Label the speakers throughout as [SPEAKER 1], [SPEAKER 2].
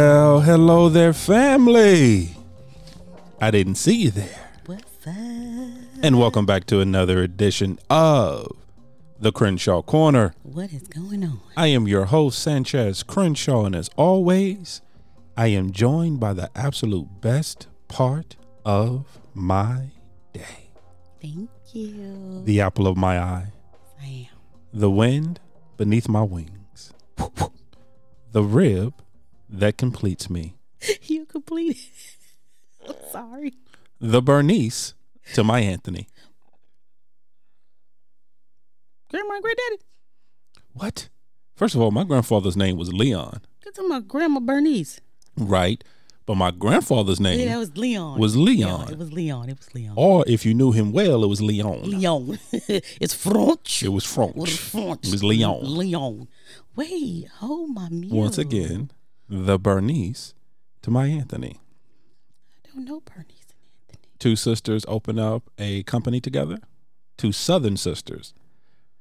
[SPEAKER 1] hello there, family. I didn't see you there.
[SPEAKER 2] What's up?
[SPEAKER 1] And welcome back to another edition of the Crenshaw Corner.
[SPEAKER 2] What is going on?
[SPEAKER 1] I am your host, Sanchez Crenshaw, and as always, I am joined by the absolute best part of my day
[SPEAKER 2] Thank you.
[SPEAKER 1] the apple of my eye,
[SPEAKER 2] I am.
[SPEAKER 1] the wind beneath my wings, the rib that completes me,
[SPEAKER 2] You completed. I'm sorry.
[SPEAKER 1] the Bernice to my Anthony.
[SPEAKER 2] Grandma and granddaddy.
[SPEAKER 1] What? First of all, my grandfather's name was Leon,
[SPEAKER 2] Get to my grandma Bernice.
[SPEAKER 1] right? But my grandfather's name,
[SPEAKER 2] Yeah, that was Leon.
[SPEAKER 1] Was Leon.
[SPEAKER 2] It was Leon. Oh, It was Leon.
[SPEAKER 1] or if you knew him well, it was Leon.
[SPEAKER 2] Leon. it's French.
[SPEAKER 1] It was French.
[SPEAKER 2] What is French?
[SPEAKER 1] It was Leon.
[SPEAKER 2] Leon. Wait, hold my mule.
[SPEAKER 1] Once again, the Bernice to my Anthony.
[SPEAKER 2] I don't know Bernice and Anthony.
[SPEAKER 1] Two sisters open up a company together. Two Southern sisters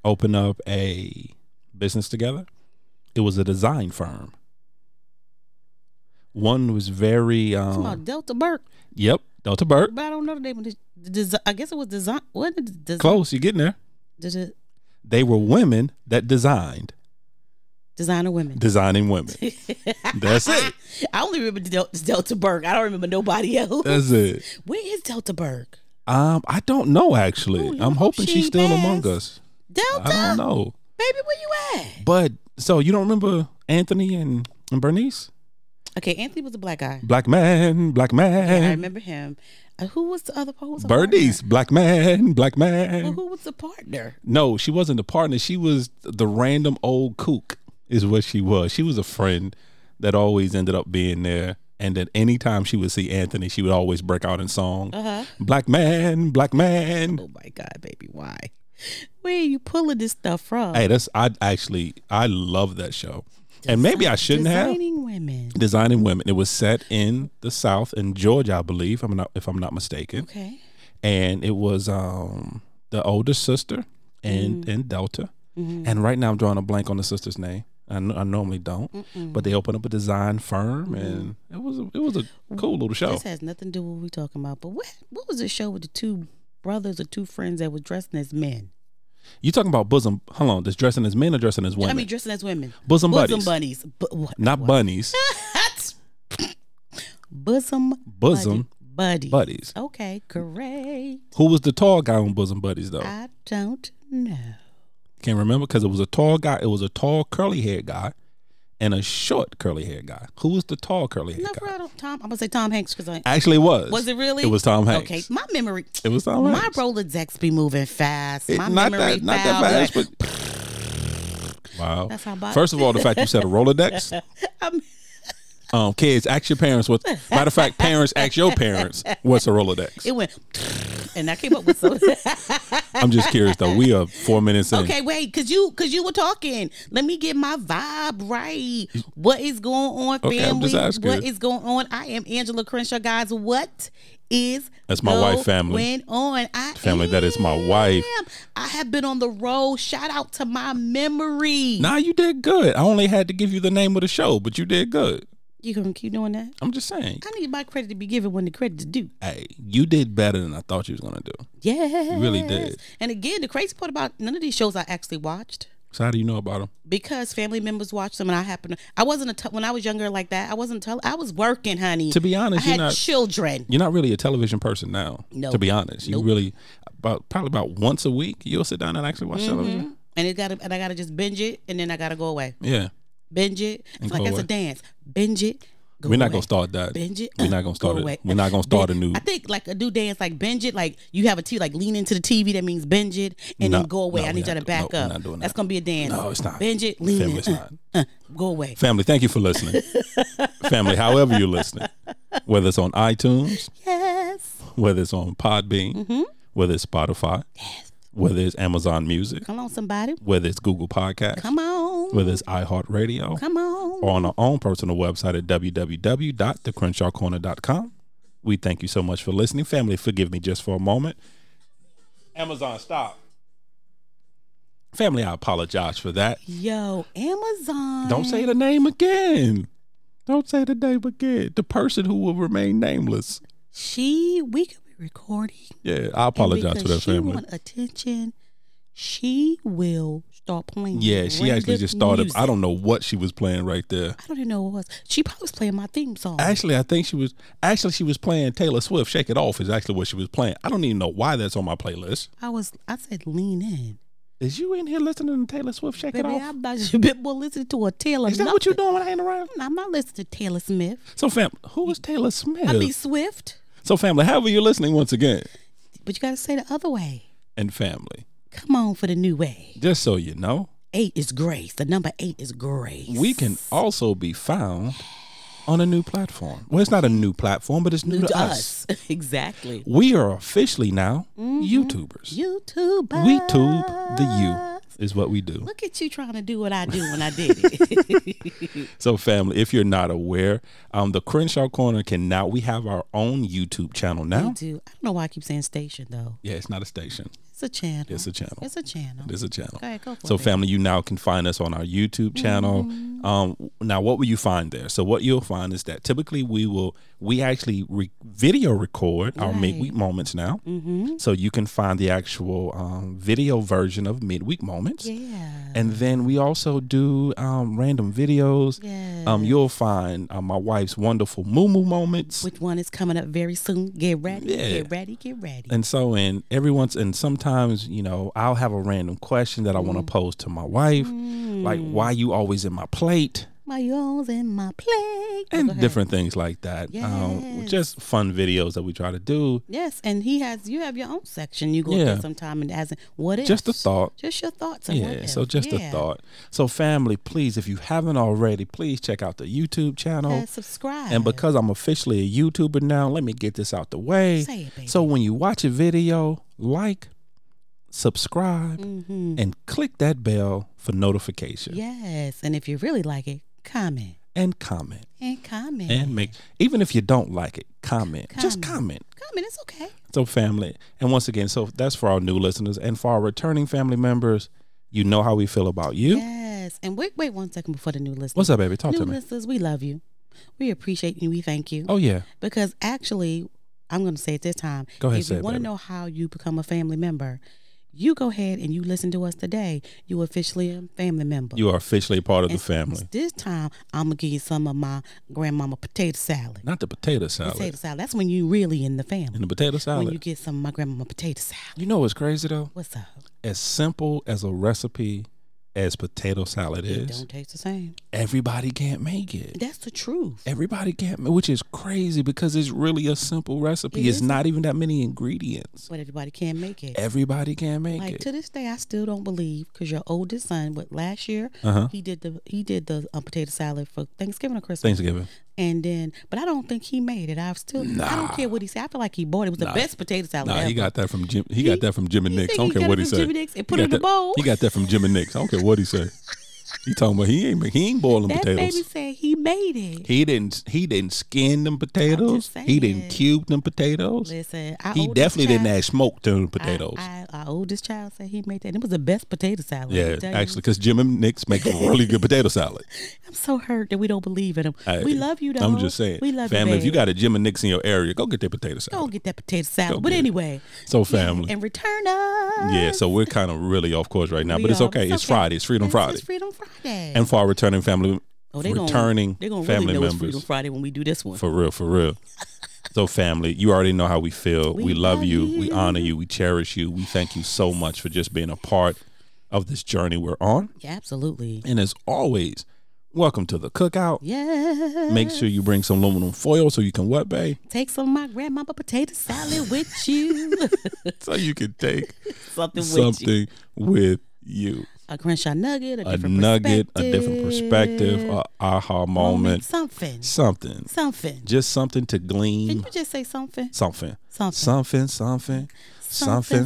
[SPEAKER 1] open up a business together. It was a design firm. One was very
[SPEAKER 2] It's
[SPEAKER 1] um,
[SPEAKER 2] my Delta Burke.
[SPEAKER 1] yep, Delta Burke.
[SPEAKER 2] But I don't know the name of the, the design. I guess it was design. What did the design?
[SPEAKER 1] Close, you're getting there.
[SPEAKER 2] The, the
[SPEAKER 1] They were women that designed
[SPEAKER 2] designer women.
[SPEAKER 1] designing women. That's it.
[SPEAKER 2] I only remember Del- Delta Burke. I don't remember nobody else.
[SPEAKER 1] That's it.
[SPEAKER 2] Where is Delta Burke?
[SPEAKER 1] Um, I don't know actually.
[SPEAKER 2] Ooh, you
[SPEAKER 1] I'm
[SPEAKER 2] hope
[SPEAKER 1] hoping
[SPEAKER 2] she
[SPEAKER 1] she's
[SPEAKER 2] ain't
[SPEAKER 1] still among
[SPEAKER 2] fast.
[SPEAKER 1] us. I
[SPEAKER 2] Delta,
[SPEAKER 1] don't know.
[SPEAKER 2] baby, where you at?
[SPEAKER 1] But so you don't remember Anthony and, and Bernice?
[SPEAKER 2] Okay, Anthony was a black guy.
[SPEAKER 1] Black man, black
[SPEAKER 2] Yeah, I
[SPEAKER 1] man.
[SPEAKER 2] remember him. Uh, who was the other part? Who was the
[SPEAKER 1] Bernice, black man, black
[SPEAKER 2] partner? Well,
[SPEAKER 1] man.
[SPEAKER 2] who was the partner?
[SPEAKER 1] No, she wasn't the partner. She was the random old kook, is what she was. She was a friend that always ended up being there. And at any time she would see Anthony, she would always break out in song.
[SPEAKER 2] Uh huh.
[SPEAKER 1] Black man, black man.
[SPEAKER 2] Oh my God, baby, why? Where are you pulling this stuff from?
[SPEAKER 1] Hey, that's I actually I love that show, and maybe I shouldn't have
[SPEAKER 2] Designing women.
[SPEAKER 1] designing women. It was set in the South in Georgia, I believe. I'm not if I'm not mistaken,
[SPEAKER 2] Okay.
[SPEAKER 1] and it was um the older sister and
[SPEAKER 2] Mm.
[SPEAKER 1] and Delta,
[SPEAKER 2] Mm-hmm.
[SPEAKER 1] and right now I'm drawing a blank on the sister's name. I, n- I normally don't, but they opened up a design
[SPEAKER 2] Mm-hmm.
[SPEAKER 1] firm, and it was a, it was a cool little show.
[SPEAKER 2] This has nothing to do with what we're talking about. But what what was the show with the two brothers or two friends that were dressing as men?
[SPEAKER 1] You talking about bosom? Hold on, this dressing as men or dressing as women?
[SPEAKER 2] I mean, dressing as women.
[SPEAKER 1] bosom,
[SPEAKER 2] Bosom
[SPEAKER 1] buddies,
[SPEAKER 2] bunnies. Bu- what?
[SPEAKER 1] not bunnies.
[SPEAKER 2] bosom
[SPEAKER 1] bosom
[SPEAKER 2] buddy.
[SPEAKER 1] buddies.
[SPEAKER 2] Okay, great.
[SPEAKER 1] Who was the tall guy on bosom buddies though?
[SPEAKER 2] I don't know.
[SPEAKER 1] Can't remember because it was a tall guy. It was a tall curly haired guy and a short curly haired guy. Who was the tall curly haired
[SPEAKER 2] No,
[SPEAKER 1] guy?
[SPEAKER 2] bro, I don't- Tom. I'm gonna say Tom Hanks because I
[SPEAKER 1] Actually, it was.
[SPEAKER 2] was it really.
[SPEAKER 1] It was Tom Hanks.
[SPEAKER 2] Okay, my memory.
[SPEAKER 1] It was Tom
[SPEAKER 2] my
[SPEAKER 1] Hanks.
[SPEAKER 2] Rolodex be moving fast.
[SPEAKER 1] It-
[SPEAKER 2] My
[SPEAKER 1] not
[SPEAKER 2] memory
[SPEAKER 1] that, not that
[SPEAKER 2] foul.
[SPEAKER 1] fast,
[SPEAKER 2] Like,
[SPEAKER 1] but wow.
[SPEAKER 2] That's how bad-
[SPEAKER 1] First of all, the fact you said a Rolodex.
[SPEAKER 2] I'm-
[SPEAKER 1] Um, kids, ask your parents what. Matter of fact, parents, ask your parents what's a Rolodex.
[SPEAKER 2] it went, and I came up with something.
[SPEAKER 1] I'm just curious though. We are four minutes in.
[SPEAKER 2] Okay, wait, cause you cause you were talking. Let me get my vibe right. What is going on,
[SPEAKER 1] Okay, I'm
[SPEAKER 2] family?
[SPEAKER 1] just asking.
[SPEAKER 2] What is going on? I am Angela Crenshaw, guys. What is
[SPEAKER 1] That's my wife, family.
[SPEAKER 2] Went on, I
[SPEAKER 1] Family, that is my wife.
[SPEAKER 2] am. I have been on the road. Shout out to my memory.
[SPEAKER 1] Nah, you did good. I only had to give you the name of the show, but you did good.
[SPEAKER 2] You gonna keep doing that?
[SPEAKER 1] I'm just saying.
[SPEAKER 2] I need my credit to be given when the credit's due.
[SPEAKER 1] Hey, you did better than I thought you was gonna do.
[SPEAKER 2] Yeah,
[SPEAKER 1] really did.
[SPEAKER 2] And again, the crazy part about none of these shows I actually watched.
[SPEAKER 1] So how do you know about them?
[SPEAKER 2] because family members watched them, and I happened. To, I wasn't a t- when I was younger like that. I wasn't. Tell- I was working, honey.
[SPEAKER 1] To be
[SPEAKER 2] I
[SPEAKER 1] honest,
[SPEAKER 2] had
[SPEAKER 1] you're not
[SPEAKER 2] children.
[SPEAKER 1] you're not really a television person now.
[SPEAKER 2] No.
[SPEAKER 1] To be honest, you
[SPEAKER 2] Nope.
[SPEAKER 1] really about probably about once a week you'll sit down and actually
[SPEAKER 2] Mm-hmm.
[SPEAKER 1] watch television.
[SPEAKER 2] And it got to and I gotta just binge it, and then I gotta go away.
[SPEAKER 1] Yeah,
[SPEAKER 2] Binge it. It's
[SPEAKER 1] go
[SPEAKER 2] like it's
[SPEAKER 1] away.
[SPEAKER 2] a dance. Binge it. Go
[SPEAKER 1] we're not
[SPEAKER 2] away.
[SPEAKER 1] gonna start that.
[SPEAKER 2] Binge it.
[SPEAKER 1] We're
[SPEAKER 2] uh,
[SPEAKER 1] not gonna
[SPEAKER 2] go
[SPEAKER 1] start
[SPEAKER 2] away.
[SPEAKER 1] it. We're not gonna start a
[SPEAKER 2] Bin-
[SPEAKER 1] new.
[SPEAKER 2] I think like a new dance, like binge it. Like you have a TV, like lean into the TV. That means binge it, and
[SPEAKER 1] No,
[SPEAKER 2] then go away.
[SPEAKER 1] no,
[SPEAKER 2] I need
[SPEAKER 1] we're
[SPEAKER 2] y'all
[SPEAKER 1] not do-
[SPEAKER 2] to
[SPEAKER 1] no,
[SPEAKER 2] back
[SPEAKER 1] we're
[SPEAKER 2] up.
[SPEAKER 1] not doing
[SPEAKER 2] That's
[SPEAKER 1] that.
[SPEAKER 2] gonna be a dance.
[SPEAKER 1] No, it's not.
[SPEAKER 2] Binge it. Lean
[SPEAKER 1] Family,
[SPEAKER 2] in.
[SPEAKER 1] it's
[SPEAKER 2] Uh,
[SPEAKER 1] not.
[SPEAKER 2] uh, go away.
[SPEAKER 1] Family, thank you for listening. Family, however you're listening, whether it's on iTunes,
[SPEAKER 2] Yes.
[SPEAKER 1] whether it's on Podbean,
[SPEAKER 2] Mm-hmm.
[SPEAKER 1] whether it's Spotify, whether it's Amazon Music,
[SPEAKER 2] Come on, somebody.
[SPEAKER 1] whether it's Google Podcasts,
[SPEAKER 2] Come on.
[SPEAKER 1] whether it's iHeartRadio,
[SPEAKER 2] Come on.
[SPEAKER 1] or on our own personal website at www.thecrenshawcorner.com. We thank you so much for listening. Family, forgive me just for a moment. Amazon, stop. Family, I apologize for that.
[SPEAKER 2] Yo, Amazon.
[SPEAKER 1] Don't say the name again. Don't say the name again. The person who will remain nameless.
[SPEAKER 2] She, we could be recording.
[SPEAKER 1] Yeah, I apologize
[SPEAKER 2] and
[SPEAKER 1] to
[SPEAKER 2] because
[SPEAKER 1] that
[SPEAKER 2] she
[SPEAKER 1] family.
[SPEAKER 2] want attention. She will start playing.
[SPEAKER 1] Yeah, she actually
[SPEAKER 2] random
[SPEAKER 1] just started.
[SPEAKER 2] music.
[SPEAKER 1] I don't know what she was playing right there.
[SPEAKER 2] I don't even know what it was. She probably was playing my theme song.
[SPEAKER 1] Actually, I think she was. Actually, she was playing Taylor Swift. Shake It Off is actually what she was playing. I don't even know why that's on my playlist.
[SPEAKER 2] I was. I said, lean in,
[SPEAKER 1] Is you in here listening to Taylor Swift? Shake
[SPEAKER 2] baby.
[SPEAKER 1] It Off.
[SPEAKER 2] I'm not you bit more listening to a Taylor.
[SPEAKER 1] Is that what you're
[SPEAKER 2] nothing.
[SPEAKER 1] doing when I ain't around?
[SPEAKER 2] I'm not listening to Taylor Smith.
[SPEAKER 1] So, fam, who is Taylor Smith?
[SPEAKER 2] I be Swift,
[SPEAKER 1] so, family, however you're listening once again,
[SPEAKER 2] but you got to say the other way.
[SPEAKER 1] and family,
[SPEAKER 2] Come on for the new way.
[SPEAKER 1] just so you know,
[SPEAKER 2] Eight is grace. The number eight is grace.
[SPEAKER 1] we can also be found on a new platform. Well, it's not a new platform, but it's new,
[SPEAKER 2] do
[SPEAKER 1] to us. Mm-hmm.
[SPEAKER 2] exactly.
[SPEAKER 1] We are officially now YouTubers.
[SPEAKER 2] YouTube.
[SPEAKER 1] We tube the you is what we do.
[SPEAKER 2] Look at you trying to do what I do when I did it.
[SPEAKER 1] So, family, if you're not aware, um, the Crenshaw Corner can now we have our own YouTube channel
[SPEAKER 2] I
[SPEAKER 1] now.
[SPEAKER 2] do. I don't know why I keep saying station though.
[SPEAKER 1] Yeah, it's not a station;
[SPEAKER 2] It's a channel.
[SPEAKER 1] it's a channel.
[SPEAKER 2] It's a channel.
[SPEAKER 1] It's a channel.
[SPEAKER 2] Go ahead, go for
[SPEAKER 1] so,
[SPEAKER 2] it, babe.
[SPEAKER 1] family, you now can find us on our YouTube channel.
[SPEAKER 2] Mm-hmm.
[SPEAKER 1] Um, now, what will you find there? So, what you'll find is that typically we will we actually re- video record our
[SPEAKER 2] Right.
[SPEAKER 1] midweek moments now, mm-hmm. so you can find the actual um, video version of midweek moments.
[SPEAKER 2] Yeah.
[SPEAKER 1] And then we also do um, random videos.
[SPEAKER 2] Yeah.
[SPEAKER 1] Um, you'll find uh, my wife's wonderful moo moo moments.
[SPEAKER 2] Which one is coming up very soon? Get ready.
[SPEAKER 1] Yeah.
[SPEAKER 2] Get ready. Get ready.
[SPEAKER 1] and so and every once and sometimes you know i'll have a random question that i
[SPEAKER 2] Mm.
[SPEAKER 1] want to pose to my wife like why you always in my plate
[SPEAKER 2] my yours and my plate. Go
[SPEAKER 1] and
[SPEAKER 2] ahead.
[SPEAKER 1] different things like that um,
[SPEAKER 2] Yes.
[SPEAKER 1] just fun videos that we try to do
[SPEAKER 2] Yes, and he has. You have your own section. You go
[SPEAKER 1] Yeah.
[SPEAKER 2] yeah. there sometime and hasn't. What is
[SPEAKER 1] just a thought
[SPEAKER 2] Just your thoughts. and what
[SPEAKER 1] yeah
[SPEAKER 2] if.
[SPEAKER 1] so just a
[SPEAKER 2] Yeah.
[SPEAKER 1] thought so family please if you haven't already please check out the youtube channel
[SPEAKER 2] And subscribe.
[SPEAKER 1] And because I'm officially a YouTuber now, let me get this out the way.
[SPEAKER 2] Say it, baby.
[SPEAKER 1] So when you watch a video, like, subscribe,
[SPEAKER 2] Mm-hmm.
[SPEAKER 1] and click that bell for notification
[SPEAKER 2] Yes, and if you really like it, comment
[SPEAKER 1] and comment.
[SPEAKER 2] and comment
[SPEAKER 1] And make even if you don't like it, comment. Just comment.
[SPEAKER 2] comment. It's okay.
[SPEAKER 1] So family. And once again, so that's for our new listeners and for our returning family members, you know how we feel about you.
[SPEAKER 2] Yes, and wait, wait one second before the new listeners.
[SPEAKER 1] What's up, baby? Talk
[SPEAKER 2] new
[SPEAKER 1] to me.
[SPEAKER 2] listeners? We love you. We appreciate you. We thank you
[SPEAKER 1] Oh yeah.
[SPEAKER 2] because actually, I'm going to say it this time.
[SPEAKER 1] Go ahead,
[SPEAKER 2] If
[SPEAKER 1] say
[SPEAKER 2] you
[SPEAKER 1] it,
[SPEAKER 2] want to
[SPEAKER 1] baby.
[SPEAKER 2] know how you become a family member, you go ahead and you listen to us today. You officially a family member.
[SPEAKER 1] You are officially a part of the
[SPEAKER 2] And
[SPEAKER 1] family.
[SPEAKER 2] This time, I'm gonna give you some of my grandmama potato salad.
[SPEAKER 1] Not the potato salad.
[SPEAKER 2] Potato salad. That's when you really in the family.
[SPEAKER 1] And the potato
[SPEAKER 2] When
[SPEAKER 1] salad.
[SPEAKER 2] you
[SPEAKER 1] You,
[SPEAKER 2] get some of my grandmama potato salad.
[SPEAKER 1] you know what's crazy though?
[SPEAKER 2] What's up?
[SPEAKER 1] as simple as a recipe as potato salad
[SPEAKER 2] It
[SPEAKER 1] is,
[SPEAKER 2] don't taste the same.
[SPEAKER 1] everybody can't make it.
[SPEAKER 2] That's the truth.
[SPEAKER 1] Everybody can't, ma- which is crazy because it's really a simple recipe. it's
[SPEAKER 2] isn't.
[SPEAKER 1] not even that many ingredients.
[SPEAKER 2] But everybody can't make it.
[SPEAKER 1] Everybody can make
[SPEAKER 2] Like
[SPEAKER 1] it.
[SPEAKER 2] to this day, I still don't believe because your oldest son, what last year
[SPEAKER 1] Uh-huh.
[SPEAKER 2] he did the he did the um, potato salad for Thanksgiving or Christmas,
[SPEAKER 1] Thanksgiving.
[SPEAKER 2] and then but I don't think he made it. I've still I don't care what he said. I feel like he bought it. It was the best potato salad.
[SPEAKER 1] Nah,
[SPEAKER 2] ever.
[SPEAKER 1] he got that from Jim. He, got that from Jim and
[SPEAKER 2] you
[SPEAKER 1] Nick's. I don't
[SPEAKER 2] think he
[SPEAKER 1] care
[SPEAKER 2] got
[SPEAKER 1] what
[SPEAKER 2] it
[SPEAKER 1] he
[SPEAKER 2] from
[SPEAKER 1] said.
[SPEAKER 2] Jim and Nick's and
[SPEAKER 1] He
[SPEAKER 2] put it
[SPEAKER 1] got
[SPEAKER 2] in the
[SPEAKER 1] that-
[SPEAKER 2] bowl?
[SPEAKER 1] He got that from Jim and Nick's. I don't care what he said. He talking about he ain't ma- he ain't boiling
[SPEAKER 2] that
[SPEAKER 1] potatoes.
[SPEAKER 2] baby said he made it.
[SPEAKER 1] He didn't he didn't skin them potatoes. He didn't
[SPEAKER 2] saying.
[SPEAKER 1] cube them potatoes.
[SPEAKER 2] Listen, our
[SPEAKER 1] He
[SPEAKER 2] oldest
[SPEAKER 1] definitely
[SPEAKER 2] child,
[SPEAKER 1] didn't add smoke to the
[SPEAKER 2] I-
[SPEAKER 1] potatoes.
[SPEAKER 2] I, our oldest child said he made that. And it was the best potato salad.
[SPEAKER 1] Yeah,
[SPEAKER 2] I'm telling you.
[SPEAKER 1] actually, because Jim and Nick's make a really good potato salad.
[SPEAKER 2] I'm so hurt that we don't believe in him.
[SPEAKER 1] Hey,
[SPEAKER 2] we love you though.
[SPEAKER 1] I'm just saying,
[SPEAKER 2] We love
[SPEAKER 1] family.
[SPEAKER 2] you.
[SPEAKER 1] if you
[SPEAKER 2] babe.
[SPEAKER 1] got a Jim and Nick's in your area, go get their potato
[SPEAKER 2] go
[SPEAKER 1] salad.
[SPEAKER 2] get that potato salad. But
[SPEAKER 1] get it.
[SPEAKER 2] anyway,
[SPEAKER 1] So
[SPEAKER 2] yeah,
[SPEAKER 1] family,
[SPEAKER 2] and return us.
[SPEAKER 1] yeah. So we're kind of really off course right now,
[SPEAKER 2] We
[SPEAKER 1] but it's
[SPEAKER 2] are.
[SPEAKER 1] okay. It's, Friday. It's Freedom
[SPEAKER 2] It's-
[SPEAKER 1] Friday,
[SPEAKER 2] It's Freedom Friday.
[SPEAKER 1] and for our returning family,
[SPEAKER 2] oh, they
[SPEAKER 1] returning
[SPEAKER 2] gonna, they gonna
[SPEAKER 1] family
[SPEAKER 2] really know it's
[SPEAKER 1] members,
[SPEAKER 2] Freedom Friday when we do this one.
[SPEAKER 1] for real, for real. so family, you already know how we feel. We,
[SPEAKER 2] We
[SPEAKER 1] love
[SPEAKER 2] love
[SPEAKER 1] you. We honor you. We cherish you. We thank you so much for just being a part of this journey we're on.
[SPEAKER 2] yeah, absolutely.
[SPEAKER 1] And as always, welcome to the cookout.
[SPEAKER 2] Yeah.
[SPEAKER 1] Make sure you bring some aluminum foil so you can what, babe?
[SPEAKER 2] Take some of my grandmama potato salad with you.
[SPEAKER 1] so you can take
[SPEAKER 2] Something with you.
[SPEAKER 1] something with you.
[SPEAKER 2] A Crenshaw nugget, a,
[SPEAKER 1] A
[SPEAKER 2] different
[SPEAKER 1] nugget, a different perspective,
[SPEAKER 2] perspective,
[SPEAKER 1] a aha
[SPEAKER 2] moment,
[SPEAKER 1] moment,
[SPEAKER 2] something,
[SPEAKER 1] something.
[SPEAKER 2] something.
[SPEAKER 1] Just something to
[SPEAKER 2] Can
[SPEAKER 1] glean.
[SPEAKER 2] you just say something?
[SPEAKER 1] Something.
[SPEAKER 2] Something.
[SPEAKER 1] Something, something, something,
[SPEAKER 2] Something,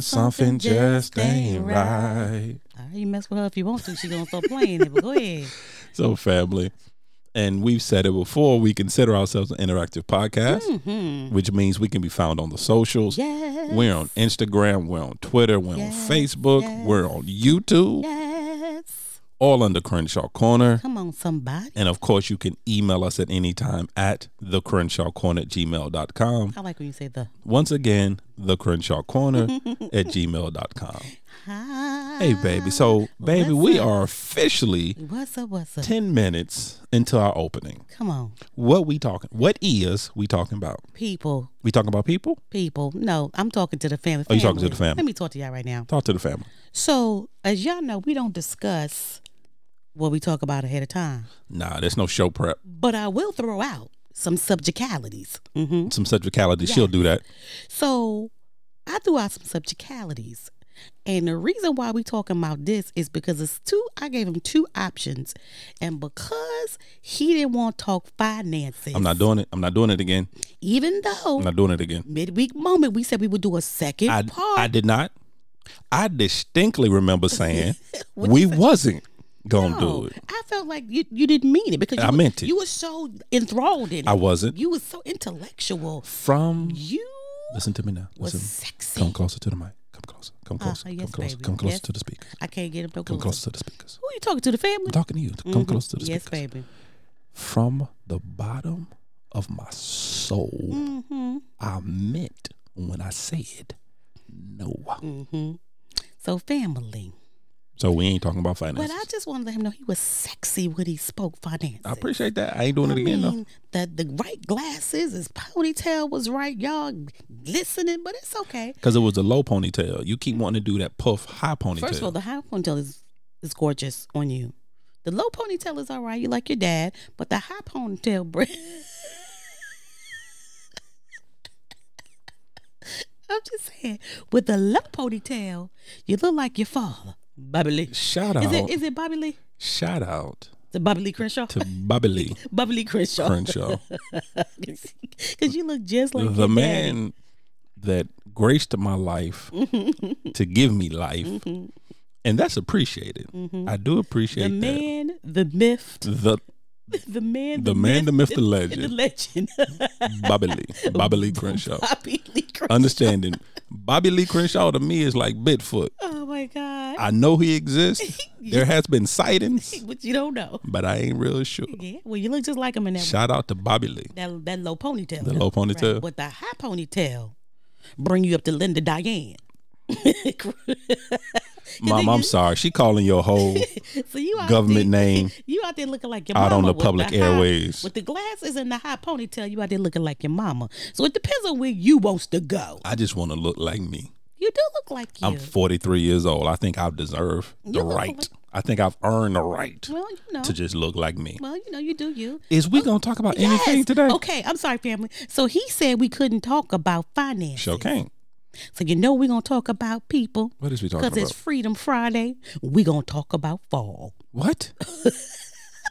[SPEAKER 1] something
[SPEAKER 2] something
[SPEAKER 1] just
[SPEAKER 2] just ain't
[SPEAKER 1] ain't right.
[SPEAKER 2] All right, you mess with her if you want to. She gonna start playing it. But go ahead.
[SPEAKER 1] So, family, and we've said it before, we consider ourselves an interactive podcast,
[SPEAKER 2] Mm-hmm.
[SPEAKER 1] which means we can be found on the socials.
[SPEAKER 2] Yes.
[SPEAKER 1] We're on Instagram, we're on Twitter, we're
[SPEAKER 2] Yes,
[SPEAKER 1] on Facebook,
[SPEAKER 2] yes.
[SPEAKER 1] we're on YouTube.
[SPEAKER 2] Yes.
[SPEAKER 1] all under Crenshaw Corner.
[SPEAKER 2] Come on, somebody.
[SPEAKER 1] And of course, you can email us at any time at the Crenshaw Corner at gmail.com.
[SPEAKER 2] I like when you say the
[SPEAKER 1] Once again, the Crenshaw Corner at gmail.com.
[SPEAKER 2] hi.
[SPEAKER 1] Hey, baby. So, baby, we
[SPEAKER 2] Listen.
[SPEAKER 1] are officially
[SPEAKER 2] What's up? What's up?
[SPEAKER 1] 10 minutes into our opening.
[SPEAKER 2] Come on,
[SPEAKER 1] What we talking? What is we talking about?
[SPEAKER 2] people,
[SPEAKER 1] We talking about people?
[SPEAKER 2] people. No, I'm talking to the family.
[SPEAKER 1] Oh, you talking to the family.
[SPEAKER 2] Let me talk to y'all right now.
[SPEAKER 1] Talk to the family.
[SPEAKER 2] So, as y'all know, we don't discuss what we talk about ahead of time,
[SPEAKER 1] Nah, there's no show prep.
[SPEAKER 2] but I will throw out some subjectalities. hmm
[SPEAKER 1] Some subjectality. She'll do that.
[SPEAKER 2] So, I threw out some subjectalities. And the reason why we talking about this is because it's two. I gave him two options, and because he didn't want to talk finances,
[SPEAKER 1] I'm not doing it. I'm not doing it again.
[SPEAKER 2] even though
[SPEAKER 1] I'm not doing it again.
[SPEAKER 2] midweek moment we said we would do a second
[SPEAKER 1] I,
[SPEAKER 2] part.
[SPEAKER 1] I did not. I distinctly remember saying we wasn't gonna do
[SPEAKER 2] No,
[SPEAKER 1] it.
[SPEAKER 2] I felt like you, you didn't mean it because you,
[SPEAKER 1] I
[SPEAKER 2] were-
[SPEAKER 1] meant it.
[SPEAKER 2] You were so enthralled in it.
[SPEAKER 1] I wasn't.
[SPEAKER 2] You were so intellectual.
[SPEAKER 1] From
[SPEAKER 2] You
[SPEAKER 1] listen to me now.
[SPEAKER 2] was
[SPEAKER 1] Listen.
[SPEAKER 2] sexy.
[SPEAKER 1] Come closer to the mic. Come closer. Come closer.
[SPEAKER 2] Uh, yes,
[SPEAKER 1] come closer.
[SPEAKER 2] baby.
[SPEAKER 1] Come closer
[SPEAKER 2] Yes.
[SPEAKER 1] to the speakers.
[SPEAKER 2] I can't get him no
[SPEAKER 1] Come
[SPEAKER 2] closer.
[SPEAKER 1] closer to the speakers.
[SPEAKER 2] Who you talking to? The family?
[SPEAKER 1] I'm talking to you. Come close to the
[SPEAKER 2] Mm-hmm. yes,
[SPEAKER 1] speakers.
[SPEAKER 2] baby.
[SPEAKER 1] From the bottom of my soul,
[SPEAKER 2] Mm-hmm.
[SPEAKER 1] I meant when I said no.
[SPEAKER 2] Mm. So family.
[SPEAKER 1] So we ain't talking about finances.
[SPEAKER 2] But I just want to let him know he was sexy when he spoke finances.
[SPEAKER 1] I appreciate that. I ain't doing it
[SPEAKER 2] I
[SPEAKER 1] again though.
[SPEAKER 2] mean, the the right glasses, his ponytail was right, y'all glistening, but it's okay.
[SPEAKER 1] Because it was a low ponytail. You keep wanting to do that puff high ponytail.
[SPEAKER 2] First of all, the high ponytail is is gorgeous on you. The low ponytail is all right. You like your dad, but the high ponytail, br- I'm just saying, with the low ponytail, you look like your father, Bobby Lee.
[SPEAKER 1] shout out,
[SPEAKER 2] Is it is it Bobby Lee?
[SPEAKER 1] shout out
[SPEAKER 2] Is it Bobby Lee Crenshaw?
[SPEAKER 1] to Bobby Lee
[SPEAKER 2] Bobby Lee Crenshaw,
[SPEAKER 1] Crenshaw,
[SPEAKER 2] because you look just like
[SPEAKER 1] the
[SPEAKER 2] your daddy.
[SPEAKER 1] man that graced my life
[SPEAKER 2] Mm-hmm.
[SPEAKER 1] to give me life, and that's appreciated. I do appreciate
[SPEAKER 2] Mm-hmm. the
[SPEAKER 1] that.
[SPEAKER 2] man, the myth,
[SPEAKER 1] The
[SPEAKER 2] the man,
[SPEAKER 1] the man, the myth, the
[SPEAKER 2] the
[SPEAKER 1] legend,
[SPEAKER 2] legend,
[SPEAKER 1] Bobby Lee, Bobby Lee Crenshaw.
[SPEAKER 2] Bobby Lee Crenshaw.
[SPEAKER 1] Understanding, Bobby Lee Crenshaw to me is like Bigfoot.
[SPEAKER 2] Oh my God.
[SPEAKER 1] I know he exists. There has been sightings,
[SPEAKER 2] But you don't know.
[SPEAKER 1] but I ain't real sure.
[SPEAKER 2] Yeah. Well, you look just like him in that
[SPEAKER 1] Shout out to Bobby Lee.
[SPEAKER 2] that, that low ponytail.
[SPEAKER 1] The low ponytail.
[SPEAKER 2] Right. But the high ponytail bring you up to Linda Diane.
[SPEAKER 1] Mom, I'm sorry. She calling your whole
[SPEAKER 2] so you out
[SPEAKER 1] government
[SPEAKER 2] there,
[SPEAKER 1] name
[SPEAKER 2] You out there looking like your
[SPEAKER 1] out
[SPEAKER 2] mama
[SPEAKER 1] on the
[SPEAKER 2] with
[SPEAKER 1] public
[SPEAKER 2] high-
[SPEAKER 1] airways.
[SPEAKER 2] with the glasses and the high ponytail, you out there looking like your mama. So it depends on where you wants to go.
[SPEAKER 1] I just want to look like me.
[SPEAKER 2] You do look like you.
[SPEAKER 1] I'm 43 years old. I think I deserve the
[SPEAKER 2] look
[SPEAKER 1] right.
[SPEAKER 2] like-
[SPEAKER 1] I think I've earned the right
[SPEAKER 2] well, you know.
[SPEAKER 1] to just look like me.
[SPEAKER 2] Well, you know, you do you.
[SPEAKER 1] Is we gonna talk about anything
[SPEAKER 2] Yes.
[SPEAKER 1] today?
[SPEAKER 2] Okay, I'm sorry, family. So he said we couldn't talk about finance.
[SPEAKER 1] Sure can't.
[SPEAKER 2] So you know we're gonna talk about people
[SPEAKER 1] What is we talking
[SPEAKER 2] because
[SPEAKER 1] about?
[SPEAKER 2] it's Freedom Friday. We're gonna talk about fall.
[SPEAKER 1] What?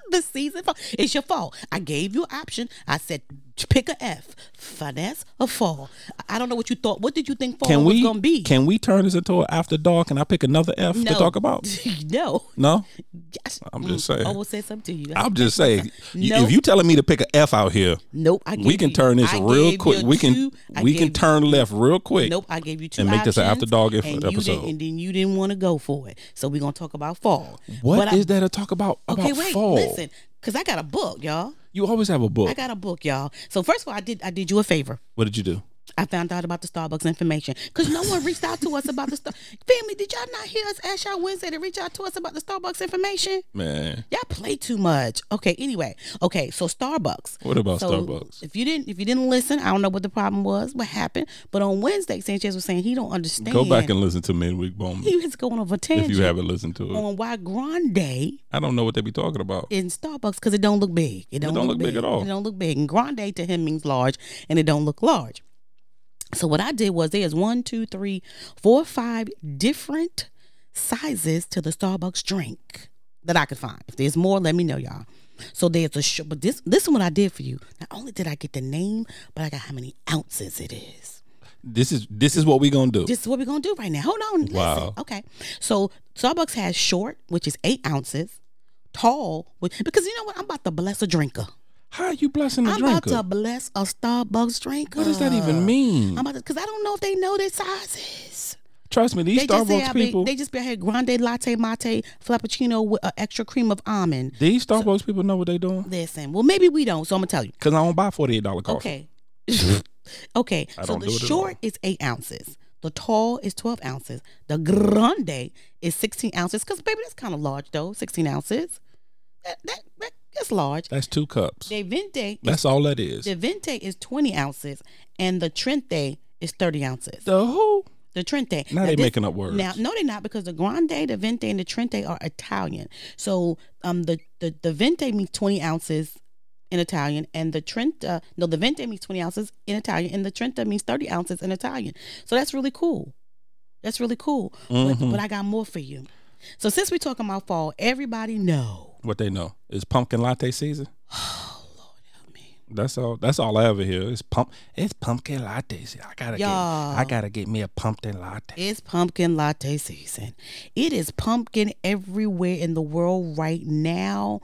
[SPEAKER 2] The season fall. It's your fall. I gave you an option. I said pick a F, finance or fall. I I don't know what you thought. What did you think fall
[SPEAKER 1] Can
[SPEAKER 2] was
[SPEAKER 1] we
[SPEAKER 2] gonna be?
[SPEAKER 1] can we turn this into an after dark and I pick another F to
[SPEAKER 2] No.
[SPEAKER 1] talk about?
[SPEAKER 2] no.
[SPEAKER 1] No,
[SPEAKER 2] Yes. Mm.
[SPEAKER 1] I'm just saying.
[SPEAKER 2] I will say something to you.
[SPEAKER 1] I'm just saying. you-
[SPEAKER 2] No.
[SPEAKER 1] If you telling me to pick an F out here,
[SPEAKER 2] nope. I gave
[SPEAKER 1] we can
[SPEAKER 2] you-
[SPEAKER 1] turn this
[SPEAKER 2] I
[SPEAKER 1] real
[SPEAKER 2] gave
[SPEAKER 1] quick.
[SPEAKER 2] you
[SPEAKER 1] We can
[SPEAKER 2] two- I
[SPEAKER 1] we can
[SPEAKER 2] gave
[SPEAKER 1] turn left real quick.
[SPEAKER 2] Nope, I gave you two
[SPEAKER 1] And make this an
[SPEAKER 2] options,
[SPEAKER 1] after dog ep-
[SPEAKER 2] and you
[SPEAKER 1] episode.
[SPEAKER 2] didn't- and then you didn't want to go for it, so we're gonna talk about fall.
[SPEAKER 1] What
[SPEAKER 2] But I-
[SPEAKER 1] is there to talk about about
[SPEAKER 2] okay? Wait,
[SPEAKER 1] fall?
[SPEAKER 2] listen, because I got a book, y'all.
[SPEAKER 1] You always have a book.
[SPEAKER 2] I got a book, y'all. So first of all, I did I did you a favor.
[SPEAKER 1] what did you do?
[SPEAKER 2] I found out about the Starbucks information because no one reached out to us about the Star. Family, did y'all not hear us ask y'all Wednesday to reach out to us about the Starbucks information?
[SPEAKER 1] Man,
[SPEAKER 2] Y'all play too much. Okay. Anyway. Okay. So Starbucks.
[SPEAKER 1] What about
[SPEAKER 2] So,
[SPEAKER 1] Starbucks?
[SPEAKER 2] If you didn't, if you didn't listen, I don't know what the problem was, what happened. But on Wednesday, Sanchez was saying he don't understand.
[SPEAKER 1] go back and listen to Midweek Bowman
[SPEAKER 2] he was going over
[SPEAKER 1] if
[SPEAKER 2] tangent
[SPEAKER 1] you haven't listened to it.
[SPEAKER 2] on why Grande
[SPEAKER 1] I don't know what they be talking about.
[SPEAKER 2] in Starbucks because it don't look big. It don't,
[SPEAKER 1] don't look big at all.
[SPEAKER 2] It don't look big. And grande to him means large, and it don't look large. So what I did was there's one, two, three, four, five different sizes to the Starbucks drink that I could find. If there's more, let me know, y'all. So there's a sh- but this this is what I did for you. Not only did I get the name, but I got how many ounces it is.
[SPEAKER 1] This is this is what we gonna do.
[SPEAKER 2] This is what we're gonna do right now. Hold on.
[SPEAKER 1] Wow.
[SPEAKER 2] Listen. Okay. So Starbucks has short, which is eight ounces, tall, which, because you know what? I'm about to bless a drinker.
[SPEAKER 1] How you blessing the
[SPEAKER 2] I'm about
[SPEAKER 1] drinker?
[SPEAKER 2] to bless a Starbucks drinker.
[SPEAKER 1] what does that even mean?
[SPEAKER 2] I'm about to, because I don't know if they know their sizes.
[SPEAKER 1] Trust me, these
[SPEAKER 2] They just, say
[SPEAKER 1] Starbucks
[SPEAKER 2] I be,
[SPEAKER 1] people,
[SPEAKER 2] they just be out here grande latte mate frappuccino with an extra cream of almond.
[SPEAKER 1] these Starbucks people know what they're doing.
[SPEAKER 2] Listen, well maybe we don't, so I'm gonna tell you.
[SPEAKER 1] Cause I don't buy forty eight dollar coffee.
[SPEAKER 2] Okay. okay.
[SPEAKER 1] I
[SPEAKER 2] so
[SPEAKER 1] don't
[SPEAKER 2] the
[SPEAKER 1] do it at
[SPEAKER 2] short
[SPEAKER 1] all.
[SPEAKER 2] is eight ounces. The tall is twelve ounces. The grande is sixteen ounces. Cause baby, that's kind of large though. Sixteen ounces. That that, that that's large.
[SPEAKER 1] That's two cups.
[SPEAKER 2] The vente,
[SPEAKER 1] That's all that is.
[SPEAKER 2] the vente is twenty ounces, and the trente is thirty ounces.
[SPEAKER 1] The who?
[SPEAKER 2] The trente.
[SPEAKER 1] Now they
[SPEAKER 2] this-
[SPEAKER 1] making up words.
[SPEAKER 2] Now, no, they're not because the grande, the vente, and the trente are Italian. So, um, the the, the vente means twenty ounces in Italian, and the trenta, no, the vente means twenty ounces in Italian, and the trenta means thirty ounces in Italian. So that's really cool. That's really cool. But,
[SPEAKER 1] Mhm.
[SPEAKER 2] but I got more for you. So since we're talking about fall, everybody know.
[SPEAKER 1] What they know is pumpkin latte season.
[SPEAKER 2] Oh Lord help me.
[SPEAKER 1] That's all. That's all I ever hear. It's pump. It's pumpkin latte. season. I gotta
[SPEAKER 2] Y'all.
[SPEAKER 1] get. I gotta get me a pumpkin latte.
[SPEAKER 2] It's pumpkin latte season. It is pumpkin everywhere in the world right now.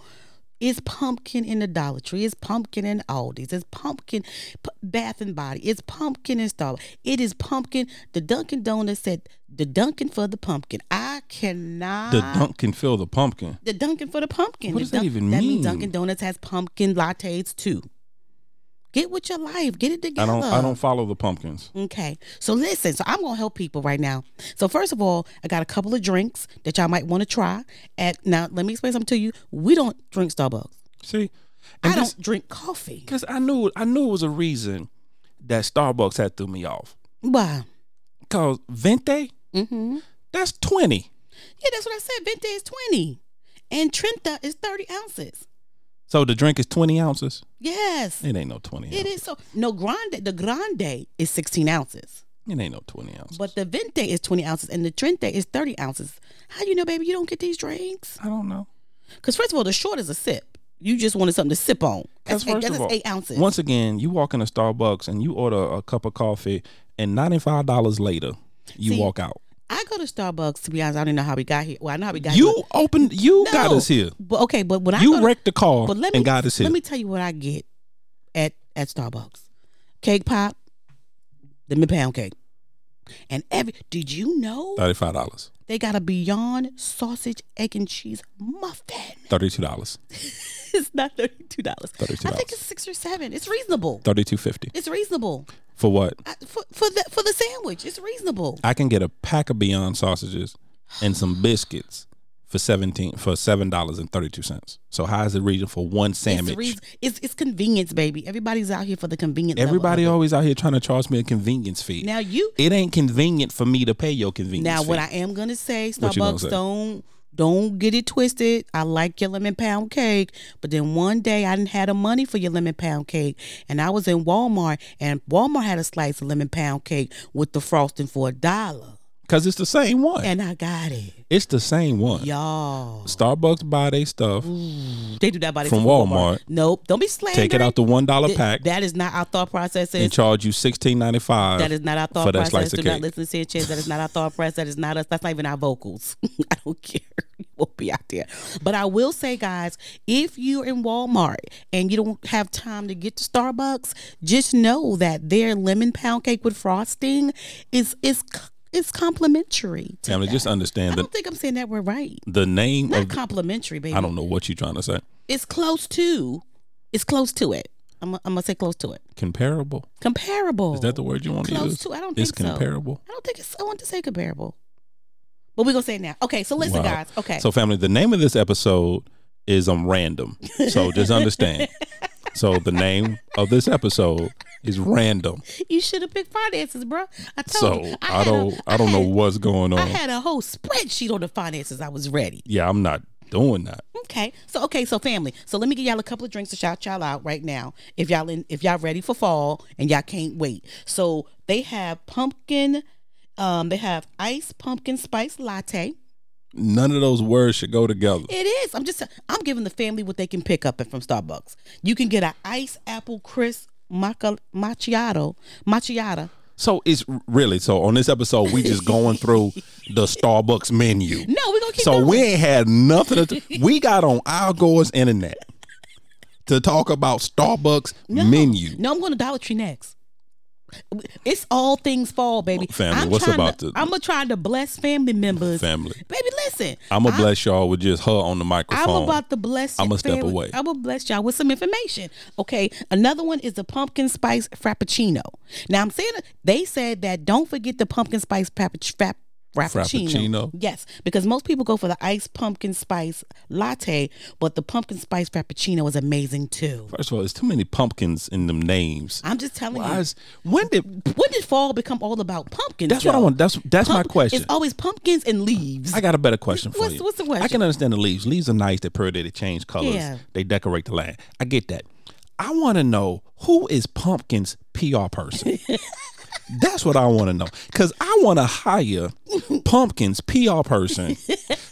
[SPEAKER 2] It's pumpkin in the Dollar Tree. It's pumpkin in Aldi's. It's pumpkin P- Bath and Body. It's pumpkin in Starbucks. It is pumpkin. The Dunkin' Donuts said the Dunkin' for the pumpkin. I cannot.
[SPEAKER 1] the dunk can fill the pumpkin.
[SPEAKER 2] The Dunkin' for the pumpkin.
[SPEAKER 1] What
[SPEAKER 2] The
[SPEAKER 1] does that
[SPEAKER 2] Dunk-
[SPEAKER 1] even
[SPEAKER 2] That means
[SPEAKER 1] mean?
[SPEAKER 2] Dunkin' Donuts has pumpkin lattes too. Get with your life. Get it
[SPEAKER 1] I
[SPEAKER 2] together.
[SPEAKER 1] don't. I don't follow the pumpkins.
[SPEAKER 2] Okay. So listen, so I'm gonna help people right now. So first of all, I got a couple of drinks that y'all might want to try. At now, let me explain something to you. We don't drink Starbucks.
[SPEAKER 1] See,
[SPEAKER 2] I don't drink coffee.
[SPEAKER 1] Because I knew. I knew it was a reason that Starbucks had threw me off.
[SPEAKER 2] Why?
[SPEAKER 1] Cause vente.
[SPEAKER 2] Mm-hmm.
[SPEAKER 1] That's twenty.
[SPEAKER 2] Yeah, that's what I said. Vente is twenty, and Trenta is thirty ounces.
[SPEAKER 1] So the drink is twenty ounces.
[SPEAKER 2] Yes,
[SPEAKER 1] It ain't no twenty.
[SPEAKER 2] it
[SPEAKER 1] ounce.
[SPEAKER 2] is. So no grande. The grande is sixteen ounces,
[SPEAKER 1] It ain't no twenty ounces.
[SPEAKER 2] but the vente is twenty ounces, and the Trenta is thirty ounces. How you know, baby? You don't get these drinks.
[SPEAKER 1] I don't know.
[SPEAKER 2] Because first of all, the short is a sip. You just wanted something to sip on.
[SPEAKER 1] Because
[SPEAKER 2] That's, eight,
[SPEAKER 1] first
[SPEAKER 2] that's
[SPEAKER 1] of all,
[SPEAKER 2] eight ounces.
[SPEAKER 1] Once again, you walk into Starbucks and you order a cup of coffee, and ninety five dollars later, you
[SPEAKER 2] See,
[SPEAKER 1] walk out.
[SPEAKER 2] I go to Starbucks to be honest. I don't even know how we got here. Well, I know how we got here.
[SPEAKER 1] You opened. You
[SPEAKER 2] No,
[SPEAKER 1] got us here.
[SPEAKER 2] But okay, but when I go
[SPEAKER 1] You
[SPEAKER 2] to-
[SPEAKER 1] wrecked the car
[SPEAKER 2] but let me
[SPEAKER 1] and got us here.
[SPEAKER 2] let me tell you what I get at at Starbucks: cake pop, the mid pound cake, and every. Did you know
[SPEAKER 1] Thirty five dollars.
[SPEAKER 2] they got a Beyond sausage, egg, and cheese muffin?
[SPEAKER 1] Thirty two dollars.
[SPEAKER 2] It's not thirty two dollars. I
[SPEAKER 1] $32.
[SPEAKER 2] think it's six or seven. It's reasonable.
[SPEAKER 1] Thirty two fifty.
[SPEAKER 2] It's reasonable
[SPEAKER 1] For what?
[SPEAKER 2] I, for for the for the sandwich. It's reasonable.
[SPEAKER 1] I can get a pack of Beyond sausages and some biscuits for seventeen for seven dollars and thirty two cents. So how is it reason for one
[SPEAKER 2] It's,
[SPEAKER 1] sandwich?
[SPEAKER 2] reas- it's it's convenience, baby. Everybody's out here for the convenience. level of
[SPEAKER 1] Everybody
[SPEAKER 2] it.
[SPEAKER 1] always out here trying to charge me a convenience fee.
[SPEAKER 2] Now you
[SPEAKER 1] it ain't convenient for me to pay your convenience
[SPEAKER 2] now
[SPEAKER 1] fee.
[SPEAKER 2] what I am gonna say,
[SPEAKER 1] What you gonna
[SPEAKER 2] Starbucks
[SPEAKER 1] say?
[SPEAKER 2] don't don't get it twisted. I like your lemon pound cake, but then one day I didn't have the money for your lemon pound cake, and I was in Walmart, and Walmart had a slice of lemon pound cake with the frosting for a dollar,
[SPEAKER 1] Cause it's the same one.
[SPEAKER 2] and I got it,
[SPEAKER 1] It's the same one.
[SPEAKER 2] y'all.
[SPEAKER 1] Starbucks buy they stuff,
[SPEAKER 2] They do that by the
[SPEAKER 1] From Walmart.
[SPEAKER 2] Nope, don't be slandering.
[SPEAKER 1] take it out the one dollar
[SPEAKER 2] Th-
[SPEAKER 1] pack,
[SPEAKER 2] That is not our thought process.
[SPEAKER 1] and charge you sixteen ninety five.
[SPEAKER 2] That is not our thought
[SPEAKER 1] Uh, for that
[SPEAKER 2] process.
[SPEAKER 1] slice of
[SPEAKER 2] Do not
[SPEAKER 1] cake.
[SPEAKER 2] listen to your chance. That is not our thought process. That is not us. That's not even our vocals. I don't care. we'll be out there. But I will say, guys, if you're in Walmart and you don't have time to get to Starbucks, just know that their lemon pound cake with frosting is is is complimentary. To
[SPEAKER 1] Family,
[SPEAKER 2] that.
[SPEAKER 1] just
[SPEAKER 2] I
[SPEAKER 1] understand that
[SPEAKER 2] don't think I'm saying that we're right.
[SPEAKER 1] the name
[SPEAKER 2] Not
[SPEAKER 1] of
[SPEAKER 2] complimentary, baby.
[SPEAKER 1] I don't know what you're trying to say.
[SPEAKER 2] It's close to. It's close to it. I'm, I'm gonna say close to it.
[SPEAKER 1] Comparable
[SPEAKER 2] Comparable.
[SPEAKER 1] is that the word you want to
[SPEAKER 2] Close
[SPEAKER 1] use?
[SPEAKER 2] to, I don't
[SPEAKER 1] it's
[SPEAKER 2] think so.
[SPEAKER 1] comparable.
[SPEAKER 2] I don't think it's. I want to say comparable, but we're gonna say it now. Okay, so listen,
[SPEAKER 1] Wow.
[SPEAKER 2] guys. Okay,
[SPEAKER 1] So, family, the name of this episode is um random. So just understand. so the name of this episode is random.
[SPEAKER 2] you should have picked finances, bro. I told
[SPEAKER 1] So
[SPEAKER 2] you.
[SPEAKER 1] I,
[SPEAKER 2] had a-
[SPEAKER 1] don't I I don't know
[SPEAKER 2] had-
[SPEAKER 1] what's going
[SPEAKER 2] I
[SPEAKER 1] on.
[SPEAKER 2] had a whole spreadsheet on the finances. I was ready.
[SPEAKER 1] yeah, I'm not doing that.
[SPEAKER 2] Okay, so okay, so family. So let me give y'all a couple of drinks to shout y'all out right now. If y'all in, if y'all ready for fall and y'all can't wait. So they have pumpkin. Um, they have ice pumpkin spice latte.
[SPEAKER 1] None of those words should go together.
[SPEAKER 2] It is. I'm just. I'm giving the family what they can pick up from Starbucks. You can get an ice apple crisp maca, macchiato, macchiata.
[SPEAKER 1] So it's really so on this episode we just going through the Starbucks menu.
[SPEAKER 2] No, we're gonna keep
[SPEAKER 1] So
[SPEAKER 2] going.
[SPEAKER 1] we ain't had nothing. To we got on our goers internet to talk about Starbucks
[SPEAKER 2] no.
[SPEAKER 1] menu.
[SPEAKER 2] No, I'm going to Dollar Tree next. It's all things fall, baby.
[SPEAKER 1] Family, what's
[SPEAKER 2] trying
[SPEAKER 1] about
[SPEAKER 2] to,
[SPEAKER 1] the-
[SPEAKER 2] I'm gonna try to bless family members.
[SPEAKER 1] Family.
[SPEAKER 2] Baby, listen.
[SPEAKER 1] I'm gonna bless y'all with just her on the
[SPEAKER 2] I'm
[SPEAKER 1] microphone.
[SPEAKER 2] about to bless.
[SPEAKER 1] I'ma
[SPEAKER 2] your
[SPEAKER 1] step
[SPEAKER 2] family.
[SPEAKER 1] away.
[SPEAKER 2] I will bless y'all with some information. Okay. Another one is the pumpkin spice frappuccino. Now I'm saying they said that don't forget the pumpkin spice frappuc- frapp- frappuccino.
[SPEAKER 1] Frappuccino.
[SPEAKER 2] Yes, because most people go for the iced pumpkin spice latte, but the pumpkin spice frappuccino is amazing too.
[SPEAKER 1] First of all, there's too many pumpkins in them names.
[SPEAKER 2] I'm just telling
[SPEAKER 1] Why
[SPEAKER 2] you.
[SPEAKER 1] is- when did
[SPEAKER 2] When did fall become all about pumpkins?
[SPEAKER 1] that's what I
[SPEAKER 2] though?
[SPEAKER 1] want? That's that's my
[SPEAKER 2] Pump-
[SPEAKER 1] question.
[SPEAKER 2] It's always pumpkins and leaves.
[SPEAKER 1] I got a better question for
[SPEAKER 2] What's-
[SPEAKER 1] you.
[SPEAKER 2] what's the
[SPEAKER 1] I
[SPEAKER 2] question?
[SPEAKER 1] can understand the leaves. Leaves are nice. They pretty. They change colors.
[SPEAKER 2] Yeah.
[SPEAKER 1] They decorate the land. I get that. I want to know who is Pumpkin's PR person. That's what I want to know because I want to hire Pumpkin's PR person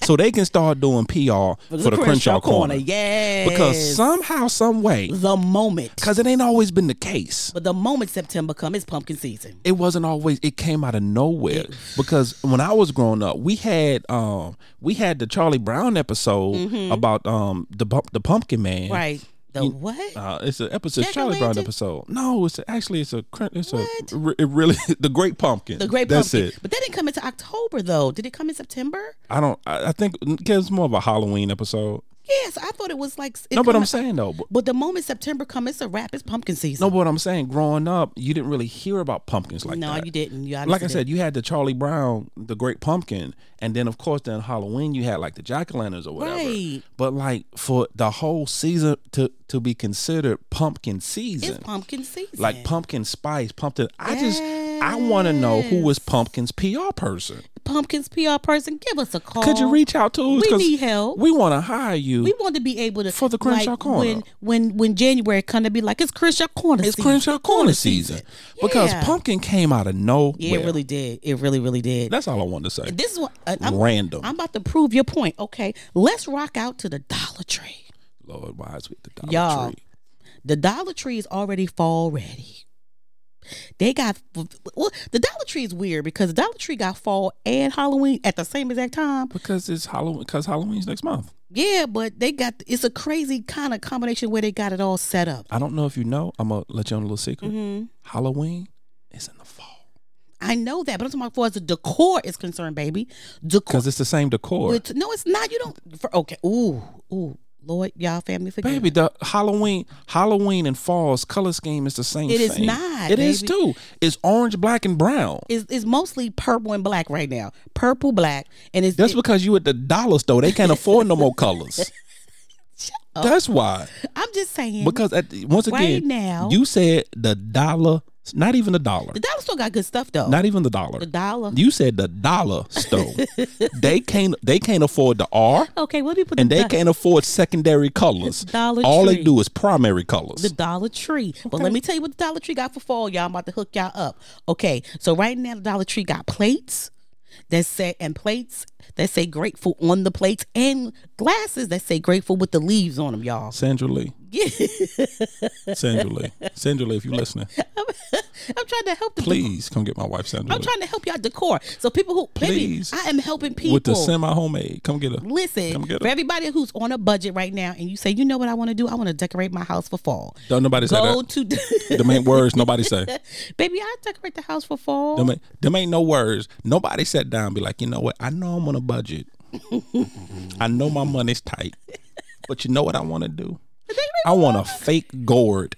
[SPEAKER 1] so they can start doing PR for the, Crenshaw, Corner.
[SPEAKER 2] Yes.
[SPEAKER 1] Because somehow, some way,
[SPEAKER 2] the moment.
[SPEAKER 1] because it ain't always been the case.
[SPEAKER 2] But the moment September comes, it's pumpkin season.
[SPEAKER 1] it wasn't always it came out of nowhere because when I was growing up, we had um we had the Charlie Brown episode about um the bump the pumpkin man.
[SPEAKER 2] Mm-hmm. Right. The what?
[SPEAKER 1] Uh, it's an episode it's a
[SPEAKER 2] Jack
[SPEAKER 1] Charlie Brown
[SPEAKER 2] Atlantic?
[SPEAKER 1] episode. No, it's a, actually it's a cr- it's
[SPEAKER 2] What?
[SPEAKER 1] a re- it really the Great Pumpkin.
[SPEAKER 2] the great
[SPEAKER 1] That's
[SPEAKER 2] pumpkin.
[SPEAKER 1] it.
[SPEAKER 2] But that didn't come into October though. Did it come in September?
[SPEAKER 1] I don't. I, I think it's more of a Halloween episode.
[SPEAKER 2] Yes, I thought it was like it
[SPEAKER 1] No, but
[SPEAKER 2] come-
[SPEAKER 1] I'm saying though. But,
[SPEAKER 2] But the moment September comes, it's a wrap. It's pumpkin season.
[SPEAKER 1] no, but what I'm saying, growing up, you didn't really hear about pumpkins like
[SPEAKER 2] no,
[SPEAKER 1] that.
[SPEAKER 2] you didn't. You
[SPEAKER 1] like
[SPEAKER 2] honestly
[SPEAKER 1] I said, you had the Charlie Brown, the Great Pumpkin, and then of course then Halloween you had like the jack o' lanterns or whatever.
[SPEAKER 2] Right.
[SPEAKER 1] But like for the whole season to to be considered pumpkin
[SPEAKER 2] didn't.
[SPEAKER 1] season,
[SPEAKER 2] it's pumpkin season.
[SPEAKER 1] like pumpkin spice, pumpkin. I just I want to know who was Pumpkin's PR person.
[SPEAKER 2] pumpkins PR person, give us a call.
[SPEAKER 1] Could you reach out to us?
[SPEAKER 2] We
[SPEAKER 1] 'Cause
[SPEAKER 2] need help.
[SPEAKER 1] We want to hire you.
[SPEAKER 2] We want to be able to
[SPEAKER 1] For the Crenshaw
[SPEAKER 2] like,
[SPEAKER 1] Corner.
[SPEAKER 2] when when when January come to be like it's Crenshaw Corner.
[SPEAKER 1] it's
[SPEAKER 2] season.
[SPEAKER 1] Crenshaw Corner season because
[SPEAKER 2] Yeah.
[SPEAKER 1] pumpkin came out of nowhere.
[SPEAKER 2] Yeah, it really did. It really really did.
[SPEAKER 1] That's all I wanted to say.
[SPEAKER 2] this is what uh, I'm,
[SPEAKER 1] Random.
[SPEAKER 2] I'm about to prove your point. Okay, let's rock out to the Dollar Tree.
[SPEAKER 1] Lord, why is we at the Dollar
[SPEAKER 2] Y'all.
[SPEAKER 1] Tree?
[SPEAKER 2] The Dollar Tree is already fall ready. They got well. The Dollar Tree is weird because the Dollar Tree got fall and Halloween at the same exact time.
[SPEAKER 1] Because it's Halloween. Because Halloween's next month.
[SPEAKER 2] Yeah, but they got it's a crazy kind of combination where they got it all set up.
[SPEAKER 1] I don't know if you know. I'm gonna let you on a little secret.
[SPEAKER 2] Mm-hmm.
[SPEAKER 1] Halloween is in the fall
[SPEAKER 2] I know that, but I'm talking about as far as the decor is concerned, baby. Decor.
[SPEAKER 1] because it's the same decor.
[SPEAKER 2] With- no, it's not. You don't. For, okay. Ooh, ooh, Lord, y'all family forgive.
[SPEAKER 1] Baby, the Halloween, Halloween and fall's color scheme is the same.
[SPEAKER 2] It is
[SPEAKER 1] thing.
[SPEAKER 2] not,
[SPEAKER 1] It is
[SPEAKER 2] baby.
[SPEAKER 1] too. It's orange, black, and brown.
[SPEAKER 2] It's, it's mostly purple and black right now. Purple, black, and it's
[SPEAKER 1] That's because you at the dollar store. They can't afford no more colors. That's why.
[SPEAKER 2] I'm just saying.
[SPEAKER 1] Because at the- once again,
[SPEAKER 2] Right now-
[SPEAKER 1] you said the dollar, not even the dollar,
[SPEAKER 2] the dollar store got good stuff though.
[SPEAKER 1] not even the dollar.
[SPEAKER 2] the dollar.
[SPEAKER 1] You said the dollar store. they can't. They can't afford the R.
[SPEAKER 2] okay, well, let me put
[SPEAKER 1] and
[SPEAKER 2] the
[SPEAKER 1] they
[SPEAKER 2] do-
[SPEAKER 1] can't afford secondary colors.
[SPEAKER 2] Dollar
[SPEAKER 1] All they
[SPEAKER 2] Tree.
[SPEAKER 1] do is primary colors.
[SPEAKER 2] the Dollar Tree. But let me tell you what the Dollar Tree got for fall, y'all. I'm about to hook y'all up. Okay, so right now the Dollar Tree got plates that say and plates that say grateful on the plates and glasses that say grateful with the leaves on them, y'all.
[SPEAKER 1] Sandra Lee. Sandra Lee. Sandra Lee, if you're listening,
[SPEAKER 2] I'm trying to help the
[SPEAKER 1] please come get my wife Sandra
[SPEAKER 2] I'm
[SPEAKER 1] Lee.
[SPEAKER 2] trying to help y'all decor. So people who baby,
[SPEAKER 1] Please.
[SPEAKER 2] I am helping people
[SPEAKER 1] With the semi homemade. Come get her.
[SPEAKER 2] Listen,
[SPEAKER 1] Come get
[SPEAKER 2] for
[SPEAKER 1] her.
[SPEAKER 2] everybody who's on a budget right now and you say, you know what I want to do? I want to decorate my house for fall.
[SPEAKER 1] Don't nobody say
[SPEAKER 2] Go
[SPEAKER 1] that.
[SPEAKER 2] to
[SPEAKER 1] Them ain't words nobody say.
[SPEAKER 2] Baby, I decorate the house for fall.
[SPEAKER 1] Them ain't, them ain't no words. Nobody sat down and be like, you know what? I know I'm on a budget. I know my money's tight. But you know what I want to do? I want a fake gourd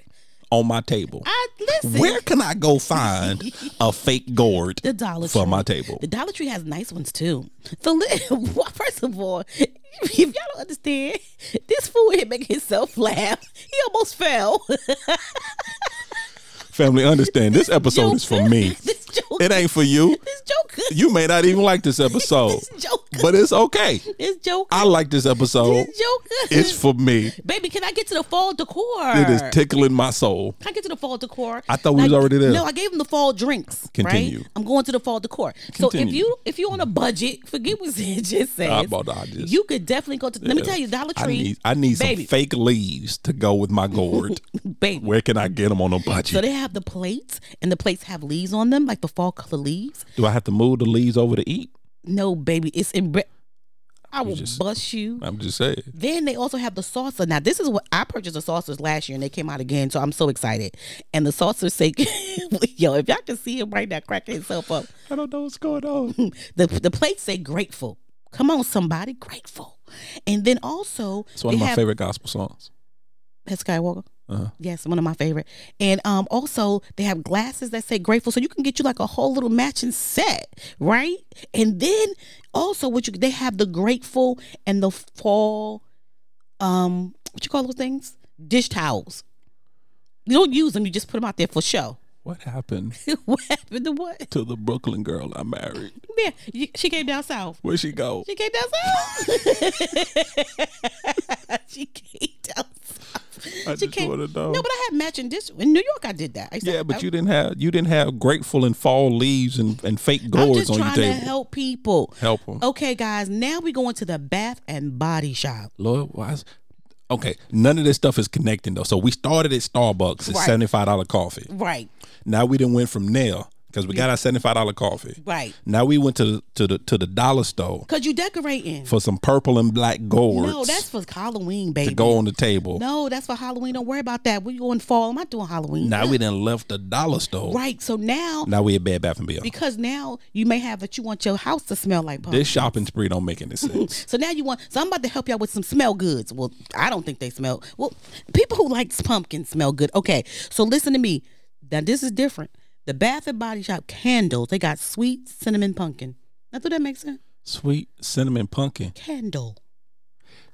[SPEAKER 1] on my table.
[SPEAKER 2] I listen.
[SPEAKER 1] Where can I go find a fake gourd
[SPEAKER 2] the Dollar
[SPEAKER 1] for
[SPEAKER 2] Tree.
[SPEAKER 1] my table?
[SPEAKER 2] The Dollar Tree has nice ones too. So li- well, first of all, if y'all don't understand, this fool here making himself laugh. He almost fell.
[SPEAKER 1] Family, understand this episode is for me.
[SPEAKER 2] this joke.
[SPEAKER 1] It ain't for you.
[SPEAKER 2] This joke.
[SPEAKER 1] You may not even like this episode,
[SPEAKER 2] This joke.
[SPEAKER 1] but it's okay.
[SPEAKER 2] This joke.
[SPEAKER 1] I like this episode.
[SPEAKER 2] This joke.
[SPEAKER 1] It's for me.
[SPEAKER 2] Baby, can I get to the fall decor?
[SPEAKER 1] It is tickling my soul.
[SPEAKER 2] Can I get to the fall decor?
[SPEAKER 1] I thought we was already there.
[SPEAKER 2] No, I gave him the fall drinks.
[SPEAKER 1] Continue.
[SPEAKER 2] Right? I'm going to the fall decor. So if
[SPEAKER 1] Continue.
[SPEAKER 2] you if you're on a budget, forget what Zen just says.
[SPEAKER 1] I bought- I just-
[SPEAKER 2] you could definitely go to. Let me tell you, Dollar
[SPEAKER 1] I
[SPEAKER 2] Tree.
[SPEAKER 1] need, I need some
[SPEAKER 2] baby,
[SPEAKER 1] fake leaves to go with my gourd.
[SPEAKER 2] baby.
[SPEAKER 1] Where can I get them on a
[SPEAKER 2] So
[SPEAKER 1] budget?
[SPEAKER 2] they have the plates, and the plates have leaves on them, like the fall color leaves.
[SPEAKER 1] Do I have to move the leaves over to eat?
[SPEAKER 2] No, baby, it's in. Bre- I will
[SPEAKER 1] just-
[SPEAKER 2] bust you.
[SPEAKER 1] I'm just saying.
[SPEAKER 2] Then they also have the saucer. Now this is what I purchased the saucers last year, and they came out again. So I'm so excited. And the saucers say, "Yo, if y'all can see him right now cracking himself up,
[SPEAKER 1] I don't know what's going on.
[SPEAKER 2] the the plates say grateful. Come on, somebody, grateful. And then also
[SPEAKER 1] It's one
[SPEAKER 2] they
[SPEAKER 1] of my
[SPEAKER 2] have-
[SPEAKER 1] favorite gospel songs.
[SPEAKER 2] That's Skywalker.
[SPEAKER 1] Uh-huh.
[SPEAKER 2] Yes, one of my favorite. And um, also they have glasses that say grateful, so you can get you like a whole little matching set, right? And then also what you they have the grateful and the fall, um, what you call those things? Dish towels. You don't use them; you just put them out there for show.
[SPEAKER 1] What happened
[SPEAKER 2] what happened to what?
[SPEAKER 1] to the Brooklyn girl I married?
[SPEAKER 2] Yeah, you- she came down south.
[SPEAKER 1] Where she go?
[SPEAKER 2] She came down south. she came down south.
[SPEAKER 1] I
[SPEAKER 2] she
[SPEAKER 1] just
[SPEAKER 2] came.
[SPEAKER 1] wanna know.
[SPEAKER 2] No, but I had matching this in New York. I did that. I used to-
[SPEAKER 1] Yeah, but
[SPEAKER 2] I-
[SPEAKER 1] you didn't have you didn't have grateful and fall leaves and, and fake
[SPEAKER 2] I'm
[SPEAKER 1] gourds
[SPEAKER 2] just
[SPEAKER 1] on your
[SPEAKER 2] trying to
[SPEAKER 1] table.
[SPEAKER 2] help people.
[SPEAKER 1] Help 'em.
[SPEAKER 2] Okay, guys. Now we going to the Bath and Body Shop.
[SPEAKER 1] Lord, why? Is, okay, none of this stuff is connecting though. So we started at Starbucks at
[SPEAKER 2] Right.
[SPEAKER 1] seventy five dollar coffee.
[SPEAKER 2] Right.
[SPEAKER 1] Now we didn't went from there because we got our seventy five dollar coffee.
[SPEAKER 2] Right.
[SPEAKER 1] Now we went to the, to the to the dollar store
[SPEAKER 2] Cause you decorating.
[SPEAKER 1] for some purple and black gourds
[SPEAKER 2] no, that's for Halloween, baby.
[SPEAKER 1] to go on the table.
[SPEAKER 2] No, that's for Halloween. Don't worry about that. We going fall. I'm not doing Halloween.
[SPEAKER 1] Now we done left the dollar store.
[SPEAKER 2] Right. So now,
[SPEAKER 1] Now we at Bed Bath and Beyond.
[SPEAKER 2] because now you may have that you want your house to smell like pumpkin.
[SPEAKER 1] this shopping spree don't make any sense.
[SPEAKER 2] So now you want? So I'm about to help y'all with some smell goods. Well, I don't think they smell. Well, people who like pumpkin smell good. Okay, so listen to me. Now this is different. The Bath and Body Shop candles. They got sweet cinnamon pumpkin. Now, do that make sense?
[SPEAKER 1] Sweet cinnamon pumpkin.
[SPEAKER 2] Candle,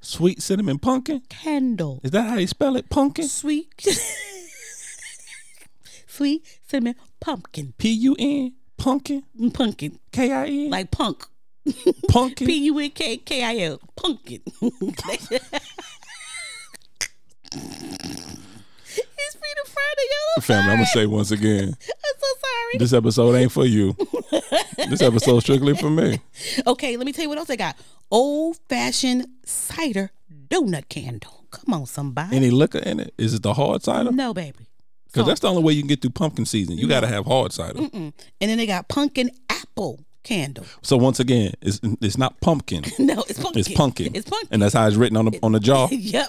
[SPEAKER 1] Sweet cinnamon pumpkin.
[SPEAKER 2] candle,
[SPEAKER 1] Is that how you spell it? Pumpkin.
[SPEAKER 2] sweet, sweet cinnamon pumpkin,
[SPEAKER 1] P U N. Pumpkin.
[SPEAKER 2] pumpkin
[SPEAKER 1] K I N.
[SPEAKER 2] like punk.
[SPEAKER 1] pumpkin.
[SPEAKER 2] P U N K K I L pumpkin. It's Peter Friday, y'all.
[SPEAKER 1] Family, I'm gonna say once again,
[SPEAKER 2] I'm so sorry.
[SPEAKER 1] this episode ain't for you. this episode strictly for me.
[SPEAKER 2] Okay, let me tell you what else they got. Old fashioned cider donut candle. Come on, somebody.
[SPEAKER 1] Any liquor in it? Is it the hard cider?
[SPEAKER 2] no, baby.
[SPEAKER 1] Because that's the only way you can get through pumpkin season. You gotta have hard cider.
[SPEAKER 2] Mm. And then they got pumpkin apple candle.
[SPEAKER 1] So once again, it's it's not pumpkin.
[SPEAKER 2] No, it's pumpkin.
[SPEAKER 1] It's pumpkin.
[SPEAKER 2] It's pumpkin.
[SPEAKER 1] And that's how it's written on the on the jaw.
[SPEAKER 2] yep.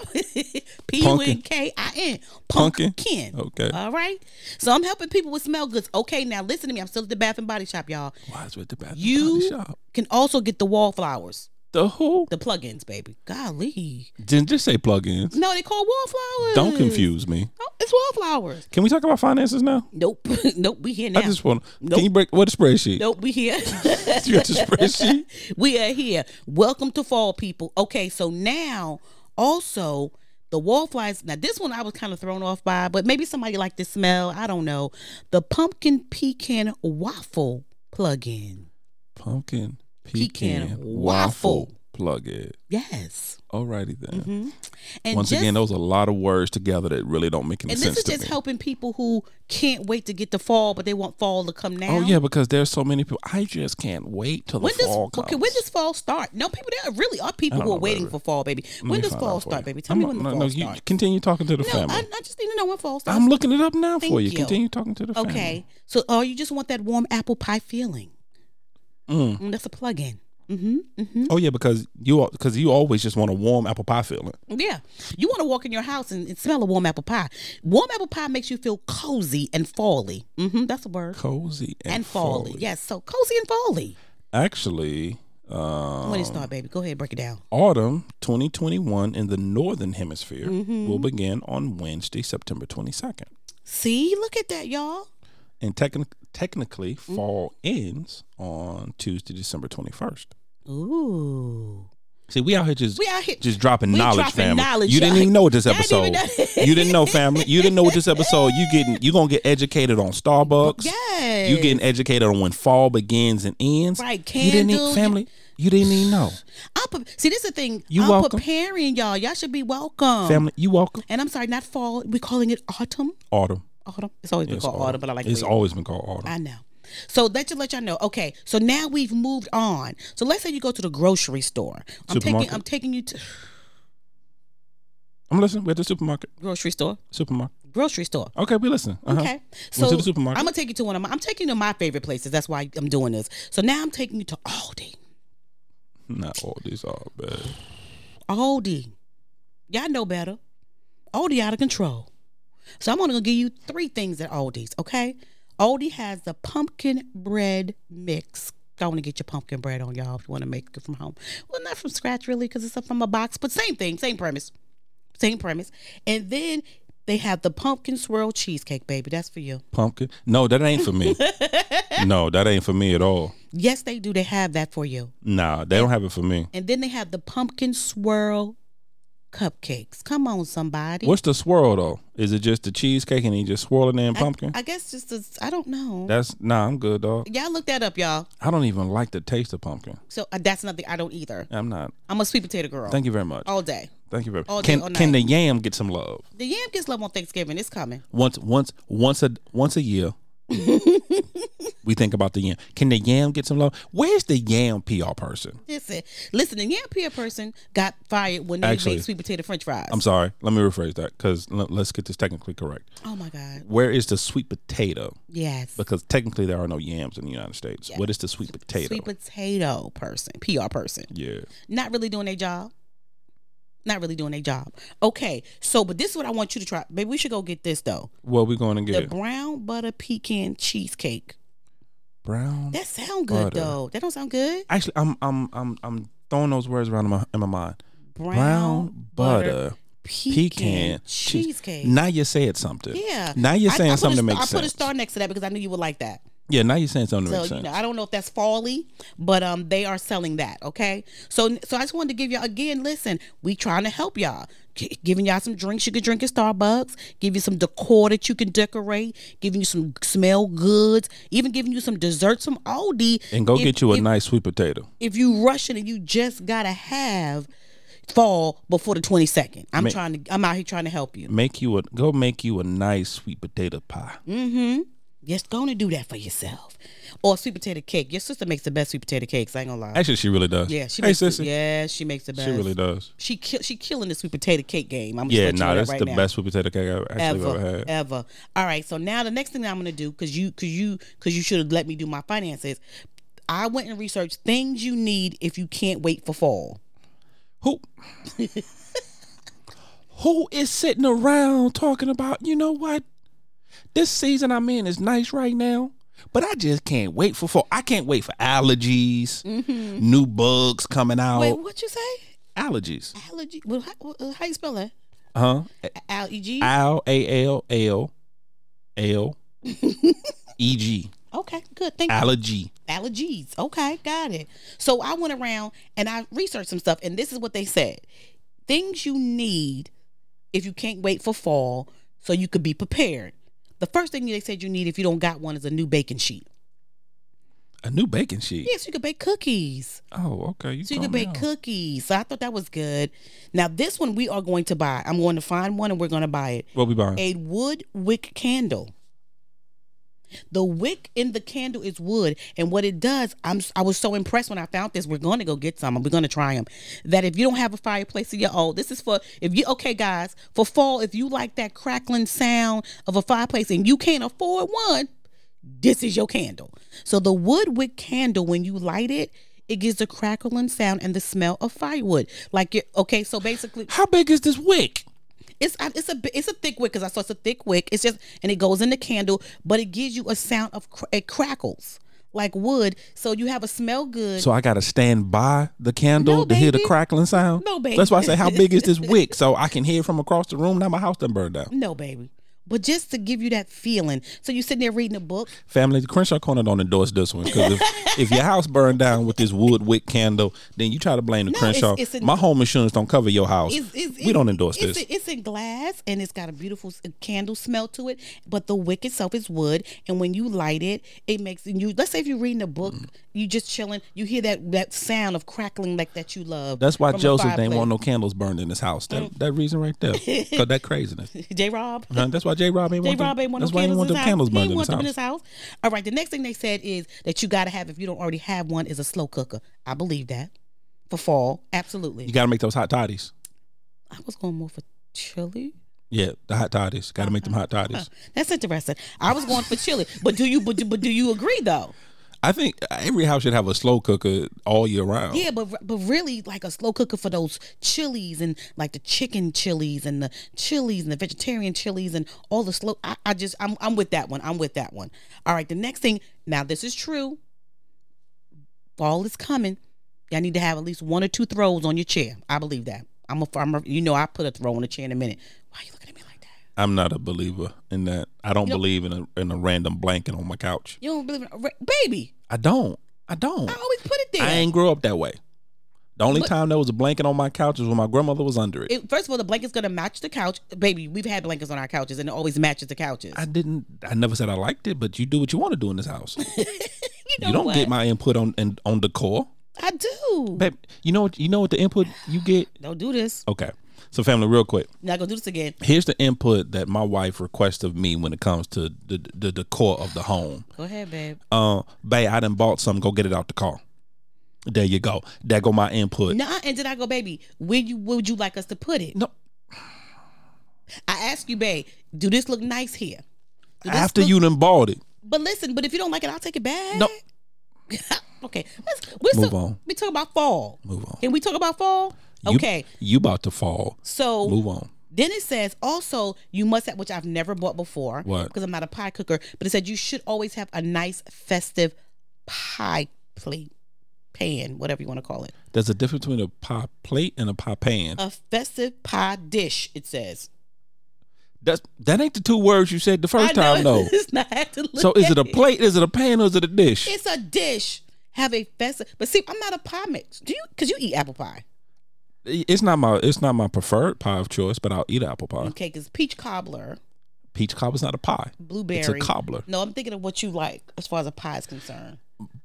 [SPEAKER 2] P U N K I N. Pumpkin.
[SPEAKER 1] Pumpkin. Okay.
[SPEAKER 2] All right. So I'm helping people with smell goods. Okay, now listen to me. I'm still at the Bath and Body Shop, y'all.
[SPEAKER 1] Why is with the bathroom body
[SPEAKER 2] You
[SPEAKER 1] shop?
[SPEAKER 2] can also get the wallflowers,
[SPEAKER 1] The who?
[SPEAKER 2] the plugins, baby. Golly.
[SPEAKER 1] Didn't just say plug-ins.
[SPEAKER 2] No, they call wallflowers.
[SPEAKER 1] Don't confuse me.
[SPEAKER 2] Oh, it's wallflowers.
[SPEAKER 1] Can we talk about finances now?
[SPEAKER 2] Nope. nope. We here now.
[SPEAKER 1] I just want. to
[SPEAKER 2] Nope.
[SPEAKER 1] Can you break what a spreadsheet?
[SPEAKER 2] nope. We here.
[SPEAKER 1] You got the spreadsheet.
[SPEAKER 2] we are here. Welcome to fall, people. Okay. So now, also, the wallflies. Now, this one I was kind of thrown off by, but maybe somebody like this smell. I don't know. The pumpkin pecan waffle plug-in.
[SPEAKER 1] Pumpkin pecan,
[SPEAKER 2] Pecan
[SPEAKER 1] waffle,
[SPEAKER 2] waffle.
[SPEAKER 1] plug-in.
[SPEAKER 2] Yes.
[SPEAKER 1] Alrighty then.
[SPEAKER 2] And
[SPEAKER 1] Once
[SPEAKER 2] just,
[SPEAKER 1] again, those are a lot of words together that really don't make any
[SPEAKER 2] and
[SPEAKER 1] sense
[SPEAKER 2] this is
[SPEAKER 1] to
[SPEAKER 2] just
[SPEAKER 1] me.
[SPEAKER 2] helping people who can't wait to get the fall, but they want fall to come now.
[SPEAKER 1] Oh yeah, because there's so many people. I just can't wait till
[SPEAKER 2] When
[SPEAKER 1] the
[SPEAKER 2] does
[SPEAKER 1] fall comes.
[SPEAKER 2] okay? When does fall start? No, people. There really are people
[SPEAKER 1] I don't
[SPEAKER 2] who are
[SPEAKER 1] know,
[SPEAKER 2] waiting
[SPEAKER 1] baby.
[SPEAKER 2] for fall, baby.
[SPEAKER 1] Let
[SPEAKER 2] when
[SPEAKER 1] me
[SPEAKER 2] does
[SPEAKER 1] find
[SPEAKER 2] fall
[SPEAKER 1] out for
[SPEAKER 2] start,
[SPEAKER 1] you.
[SPEAKER 2] baby? Tell
[SPEAKER 1] I'm
[SPEAKER 2] me
[SPEAKER 1] not-
[SPEAKER 2] when the
[SPEAKER 1] no,
[SPEAKER 2] fall
[SPEAKER 1] no, you
[SPEAKER 2] starts.
[SPEAKER 1] Continue talking to the
[SPEAKER 2] No,
[SPEAKER 1] family.
[SPEAKER 2] I, I just need to know when fall starts.
[SPEAKER 1] I'm looking it up now for
[SPEAKER 2] Thank
[SPEAKER 1] you.
[SPEAKER 2] you.
[SPEAKER 1] Continue talking to the family.
[SPEAKER 2] okay, so oh, you just want that warm apple pie feeling?
[SPEAKER 1] Mm.
[SPEAKER 2] Mm, that's a plug-in. Mm-hmm. Mm-hmm.
[SPEAKER 1] Oh yeah, because you because you always just want a warm apple pie feeling.
[SPEAKER 2] Yeah, you want to walk in your house and, and smell a warm apple pie. Warm apple pie makes you feel cozy and fally. Mm-hmm. That's a word.
[SPEAKER 1] Cozy and,
[SPEAKER 2] And fally.
[SPEAKER 1] folly.
[SPEAKER 2] Yes. So cozy and fally.
[SPEAKER 1] Actually, uh,
[SPEAKER 2] when it start, baby? Go ahead, break it down.
[SPEAKER 1] autumn 2021 in the northern hemisphere
[SPEAKER 2] Mm-hmm.
[SPEAKER 1] will begin on Wednesday, September 22nd.
[SPEAKER 2] See, look at that, y'all.
[SPEAKER 1] And techni- technically,
[SPEAKER 2] Mm-hmm.
[SPEAKER 1] fall ends on Tuesday, December 21st.
[SPEAKER 2] Ooh.
[SPEAKER 1] See, we out here just
[SPEAKER 2] We out here-
[SPEAKER 1] just dropping
[SPEAKER 2] we
[SPEAKER 1] knowledge,
[SPEAKER 2] dropping
[SPEAKER 1] family.
[SPEAKER 2] knowledge,
[SPEAKER 1] you didn't
[SPEAKER 2] y'all.
[SPEAKER 1] even know what this
[SPEAKER 2] Y'all didn't
[SPEAKER 1] episode.
[SPEAKER 2] even know.
[SPEAKER 1] you didn't know, family. You didn't know what this episode. You getting you gonna get educated on Starbucks.
[SPEAKER 2] Yes.
[SPEAKER 1] You getting educated on when fall begins and ends.
[SPEAKER 2] Right,
[SPEAKER 1] You didn't
[SPEAKER 2] candles,
[SPEAKER 1] even, family. You didn't even know,
[SPEAKER 2] I'm pre- see. This is the thing.
[SPEAKER 1] You
[SPEAKER 2] I'm
[SPEAKER 1] welcome.
[SPEAKER 2] preparing y'all. Y'all should be welcome.
[SPEAKER 1] family. You welcome
[SPEAKER 2] And I'm sorry, not fall. We're calling it autumn.
[SPEAKER 1] autumn.
[SPEAKER 2] Autumn. Uh-huh. It's always been
[SPEAKER 1] It's
[SPEAKER 2] called autumn, but I like
[SPEAKER 1] It's
[SPEAKER 2] it.
[SPEAKER 1] always been called autumn.
[SPEAKER 2] I know. So that just let y'all know. Okay. So now we've moved on. So let's say you go to the grocery store. I'm taking.
[SPEAKER 1] Supermarket.
[SPEAKER 2] I'm taking you to
[SPEAKER 1] I'm listening. We're at the supermarket.
[SPEAKER 2] grocery store.
[SPEAKER 1] Supermarket.
[SPEAKER 2] Grocery store.
[SPEAKER 1] Okay, we listen. Uh-huh.
[SPEAKER 2] Okay.
[SPEAKER 1] Went
[SPEAKER 2] So
[SPEAKER 1] to the supermarket.
[SPEAKER 2] I'm gonna take you to one of my. I'm taking you to my favorite places. That's why I'm doing this. So now I'm taking you to Aldi.
[SPEAKER 1] Not all these are bad.
[SPEAKER 2] Aldi. Y'all know better. Aldi out of control. So I'm only gonna give you three things at Aldi's, okay? Aldi has the pumpkin bread mix. Go on and get your pumpkin bread on, y'all, if you want to make it from home. Well, not from scratch, really, because it's from a box, but same thing, same premise. Same premise. And then they have the pumpkin swirl cheesecake, baby. That's for you.
[SPEAKER 1] Pumpkin? No, that ain't for me. no, that ain't for me at all.
[SPEAKER 2] Yes, they do. They have that for you.
[SPEAKER 1] Nah, they don't have it for me.
[SPEAKER 2] And then they have the pumpkin swirl cupcakes. Come on, somebody.
[SPEAKER 1] What's the swirl though? Is it just the cheesecake and you just swirling in
[SPEAKER 2] I-
[SPEAKER 1] pumpkin?
[SPEAKER 2] I, guess just the, I don't know.
[SPEAKER 1] That's nah. I'm good, dog.
[SPEAKER 2] y'all look that up, y'all.
[SPEAKER 1] I don't even like the taste of pumpkin.
[SPEAKER 2] So uh, that's nothing. I don't either.
[SPEAKER 1] I'm not.
[SPEAKER 2] I'm a sweet potato girl
[SPEAKER 1] Thank you very much.
[SPEAKER 2] all day.
[SPEAKER 1] Thank you very
[SPEAKER 2] Oh, all
[SPEAKER 1] much.
[SPEAKER 2] day,
[SPEAKER 1] Can
[SPEAKER 2] all
[SPEAKER 1] can the yam get some love?
[SPEAKER 2] The yam gets love on Thanksgiving. It's coming.
[SPEAKER 1] Once once once a once a year. we think about the yam. Can the yam get some love? Where's the yam PR person?
[SPEAKER 2] Listen, listen. The yam peer person got fired when they
[SPEAKER 1] Actually,
[SPEAKER 2] made sweet potato French fries.
[SPEAKER 1] I'm sorry. Let me rephrase that because let's get this technically correct.
[SPEAKER 2] oh my god.
[SPEAKER 1] Where is the sweet potato?
[SPEAKER 2] Yes.
[SPEAKER 1] Because technically there are no yams in the United States. What is the sweet potato?
[SPEAKER 2] Sweet potato person, PR person,
[SPEAKER 1] yeah.
[SPEAKER 2] not really doing their job. Not really doing their job. Okay, so but this is what I want you to try. Maybe we should go get this though.
[SPEAKER 1] What we going to
[SPEAKER 2] The
[SPEAKER 1] get?
[SPEAKER 2] brown butter pecan cheesecake.
[SPEAKER 1] Brown
[SPEAKER 2] That sound good
[SPEAKER 1] Butter.
[SPEAKER 2] though. That don't sound good.
[SPEAKER 1] actually I'm I'm I'm I'm throwing those words around in my, in my mind.
[SPEAKER 2] Brown,
[SPEAKER 1] Brown butter,
[SPEAKER 2] pecan,
[SPEAKER 1] pecan, cheese-
[SPEAKER 2] cheesecake.
[SPEAKER 1] Now you're saying something.
[SPEAKER 2] yeah.
[SPEAKER 1] Now you're saying
[SPEAKER 2] I, I put
[SPEAKER 1] something
[SPEAKER 2] a,
[SPEAKER 1] that
[SPEAKER 2] star-
[SPEAKER 1] makes
[SPEAKER 2] I put a
[SPEAKER 1] sense.
[SPEAKER 2] star next to that because I knew you would like that.
[SPEAKER 1] yeah. Now you're saying something that
[SPEAKER 2] So
[SPEAKER 1] makes sense.
[SPEAKER 2] you know, I don't know if that's folly, but um, they are selling that. Okay, so so I just wanted to give y'all again. Listen, we trying to help y'all, G- giving y'all some drinks you can drink at Starbucks, give you some decor that you can decorate, giving you some smell goods, even giving you some desserts from Aldi.
[SPEAKER 1] and go
[SPEAKER 2] if,
[SPEAKER 1] get you a
[SPEAKER 2] if,
[SPEAKER 1] nice sweet potato.
[SPEAKER 2] if you rushing and you just gotta have fall before the twenty second. I'm trying to. I'm out here trying to help you.
[SPEAKER 1] Make you a go make you a nice sweet potato pie.
[SPEAKER 2] Mm. Just gonna do that for yourself. Or sweet potato cake. Your sister makes the best sweet potato cakes. I ain't gonna lie.
[SPEAKER 1] Actually, she really does.
[SPEAKER 2] Yeah, she
[SPEAKER 1] hey
[SPEAKER 2] makes the-
[SPEAKER 1] sissy,
[SPEAKER 2] yeah, she makes the best.
[SPEAKER 1] she really does.
[SPEAKER 2] She kill, she killing the sweet potato cake game. I'm just
[SPEAKER 1] Yeah,
[SPEAKER 2] let you know
[SPEAKER 1] nah,
[SPEAKER 2] that
[SPEAKER 1] that's
[SPEAKER 2] right
[SPEAKER 1] the
[SPEAKER 2] now.
[SPEAKER 1] best sweet potato cake I've actually
[SPEAKER 2] ever,
[SPEAKER 1] ever had.
[SPEAKER 2] ever. All right, so now the next thing that I'm gonna do, cause you, cause you, cause you should have let me do my finances. I went and researched things you need if you can't wait for fall.
[SPEAKER 1] Who? who is sitting around talking about, you know what? This season I'm in is nice right now, but I just can't wait for fall. I can't wait for allergies, new bugs coming out.
[SPEAKER 2] Mm-hmm. Wait, what you say?
[SPEAKER 1] Allergies.
[SPEAKER 2] Allergy? Well, how, well, how you spell that?
[SPEAKER 1] Huh?
[SPEAKER 2] Allergy?
[SPEAKER 1] Al A L L L E G.
[SPEAKER 2] Okay, good. Thank you.
[SPEAKER 1] Allergy.
[SPEAKER 2] allergies. Okay, got it. So I went around and I researched some stuff, and this is what they said: things you need if you can't wait for fall, so you could be prepared. The first thing they said you need if you don't got one is a new baking sheet.
[SPEAKER 1] A new baking sheet.
[SPEAKER 2] Yes, you could bake cookies.
[SPEAKER 1] Oh, okay. You
[SPEAKER 2] So you can
[SPEAKER 1] throw me
[SPEAKER 2] bake
[SPEAKER 1] off.
[SPEAKER 2] cookies. So I thought that was good. Now this one we are going to buy. I'm going to find one and we're going to buy it.
[SPEAKER 1] What we buying?
[SPEAKER 2] A wood wick candle. The wick in the candle is wood, and what it does, I'm I was so impressed when I found this. We're going to go get some, and we're going to try them. That if you don't have a fireplace of your own, this is for if you okay, guys, for fall. If you like that crackling sound of a fireplace and you can't afford one, this is your candle. So the wood wick candle, when you light it, it gives the crackling sound and the smell of firewood. Like you okay, so basically,
[SPEAKER 1] How big is this wick?
[SPEAKER 2] it's I- it's a bi- it's a thick wick because I saw it's a thick wick. It's just and it goes in the candle, but it gives you a sound of cr- it crackles like wood, so you have a smell good.
[SPEAKER 1] So I gotta stand by the candle
[SPEAKER 2] No,
[SPEAKER 1] to hear the
[SPEAKER 2] baby.
[SPEAKER 1] crackling sound.
[SPEAKER 2] No, baby.
[SPEAKER 1] That's why I say, how big is this wick? So I can hear it from across the room. Now my house done burned down.
[SPEAKER 2] no, baby, but just to give you that feeling. So you sitting there reading a book.
[SPEAKER 1] Family, the Crenshaw corner on the doors this one because if, if your house burned down with this wood wick candle, then you try to blame the
[SPEAKER 2] No, it's-
[SPEAKER 1] Crenshaw.
[SPEAKER 2] it's in-
[SPEAKER 1] my home insurance don't cover your house.
[SPEAKER 2] It's, it's,
[SPEAKER 1] we don't endorse
[SPEAKER 2] it's,
[SPEAKER 1] this.
[SPEAKER 2] It's in glass and it's got a beautiful s- candle smell to it, but the wick itself is wood. And when you light it, it makes and you. Let's say if you're reading a book,
[SPEAKER 1] Mm.
[SPEAKER 2] you just chilling, you hear that that sound of crackling like that you love.
[SPEAKER 1] That's why
[SPEAKER 2] from a
[SPEAKER 1] Joseph ain't
[SPEAKER 2] fireplace.
[SPEAKER 1] want no candles burned in his house. That that reason right there. Cause that craziness.
[SPEAKER 2] J. Rob.
[SPEAKER 1] Huh? That's why J. Rob ain't
[SPEAKER 2] They
[SPEAKER 1] want. them-
[SPEAKER 2] rob ain't want no
[SPEAKER 1] that's why he
[SPEAKER 2] candles
[SPEAKER 1] want them
[SPEAKER 2] in his
[SPEAKER 1] candles
[SPEAKER 2] house. He
[SPEAKER 1] burned
[SPEAKER 2] ain't
[SPEAKER 1] in his
[SPEAKER 2] want them in
[SPEAKER 1] house.
[SPEAKER 2] his house. All right. The next thing they said is that you got to have if you don't already have one is a slow cooker. I believe that for fall, absolutely.
[SPEAKER 1] You gotta make those hot toddies.
[SPEAKER 2] I was going more for chili.
[SPEAKER 1] Yeah, the hot toddies. Gotta make them hot toddies.
[SPEAKER 2] That's interesting. I was going for chili, but do you but do, but do you agree though?
[SPEAKER 1] I think every house should have a slow cooker all year round.
[SPEAKER 2] Yeah, but but really like a slow cooker for those chilies and like the chicken chilies and the chilies and the vegetarian chilies and all the slow. I, I just I'm I'm with that one. I'm with that one. All right, the next thing. Now this is true. Fall is coming. Y'all need to have at least one or two throws on your chair. I believe that. I'm a farmer. You know I put a throw on a chair in a minute. Why are you looking at me like that?
[SPEAKER 1] I'm not a believer in that. I don't
[SPEAKER 2] You know-
[SPEAKER 1] believe in a in a random blanket on my couch.
[SPEAKER 2] You don't believe in baby.
[SPEAKER 1] I don't. I don't.
[SPEAKER 2] I always put it there.
[SPEAKER 1] I ain't grow up that way. The only
[SPEAKER 2] Oh, But-
[SPEAKER 1] time there was a blanket on my couch is when my grandmother was under it.
[SPEAKER 2] It- first of all, the blanket's gonna match the couch, baby. We've had blankets on our couches, and it always matches the couches.
[SPEAKER 1] I didn't. I never said I liked it, but you do what you want to do in this house.
[SPEAKER 2] you know
[SPEAKER 1] you don't
[SPEAKER 2] what?
[SPEAKER 1] get my input on and on decor,
[SPEAKER 2] I do.
[SPEAKER 1] babe. You know what? You know what the input you get.
[SPEAKER 2] Don't do this.
[SPEAKER 1] Okay, so family, real quick.
[SPEAKER 2] Not gonna do this again.
[SPEAKER 1] Here's the input that my wife requests of me when it comes to the the decor of the home.
[SPEAKER 2] Go ahead, babe.
[SPEAKER 1] Uh, babe, I done bought something. Go get it out the car. There you go. There go my input.
[SPEAKER 2] Nah, and did I go, baby? Where you where would you like us to put it?
[SPEAKER 1] No,
[SPEAKER 2] I ask you, babe. Do this look nice here? Do this
[SPEAKER 1] after
[SPEAKER 2] look-
[SPEAKER 1] you done bought it.
[SPEAKER 2] But listen, but if you don't like it, I'll take it back.
[SPEAKER 1] No.
[SPEAKER 2] okay. Let's. We're
[SPEAKER 1] Move
[SPEAKER 2] still,
[SPEAKER 1] on.
[SPEAKER 2] We talk about fall.
[SPEAKER 1] Move on.
[SPEAKER 2] Can we talk about fall?
[SPEAKER 1] You-
[SPEAKER 2] Okay.
[SPEAKER 1] you about to fall.
[SPEAKER 2] So
[SPEAKER 1] Move on.
[SPEAKER 2] Then it says also you must have, which I've never bought before,
[SPEAKER 1] What?
[SPEAKER 2] because I'm not a pie cooker. But it said you should always have a nice festive pie plate, pan, whatever you want to call it,
[SPEAKER 1] There's a difference between a pie plate and a pie pan.
[SPEAKER 2] a festive pie dish. It says
[SPEAKER 1] That's that ain't the two words you said the first
[SPEAKER 2] I know
[SPEAKER 1] time though.
[SPEAKER 2] It's not I had to look
[SPEAKER 1] So is it
[SPEAKER 2] at
[SPEAKER 1] a plate? Is it a pan? Or is it a dish?
[SPEAKER 2] It's a dish. Have a festive, but see, I'm not a pie mix. Do you? Because you eat apple pie.
[SPEAKER 1] It's not my it's not my preferred pie of choice, but I'll eat apple pie.
[SPEAKER 2] Okay, because peach cobbler,
[SPEAKER 1] Peach cobbler's not Uh. a pie.
[SPEAKER 2] blueberry,
[SPEAKER 1] It's a cobbler.
[SPEAKER 2] No, I'm thinking of what you like as far as a pie is concerned.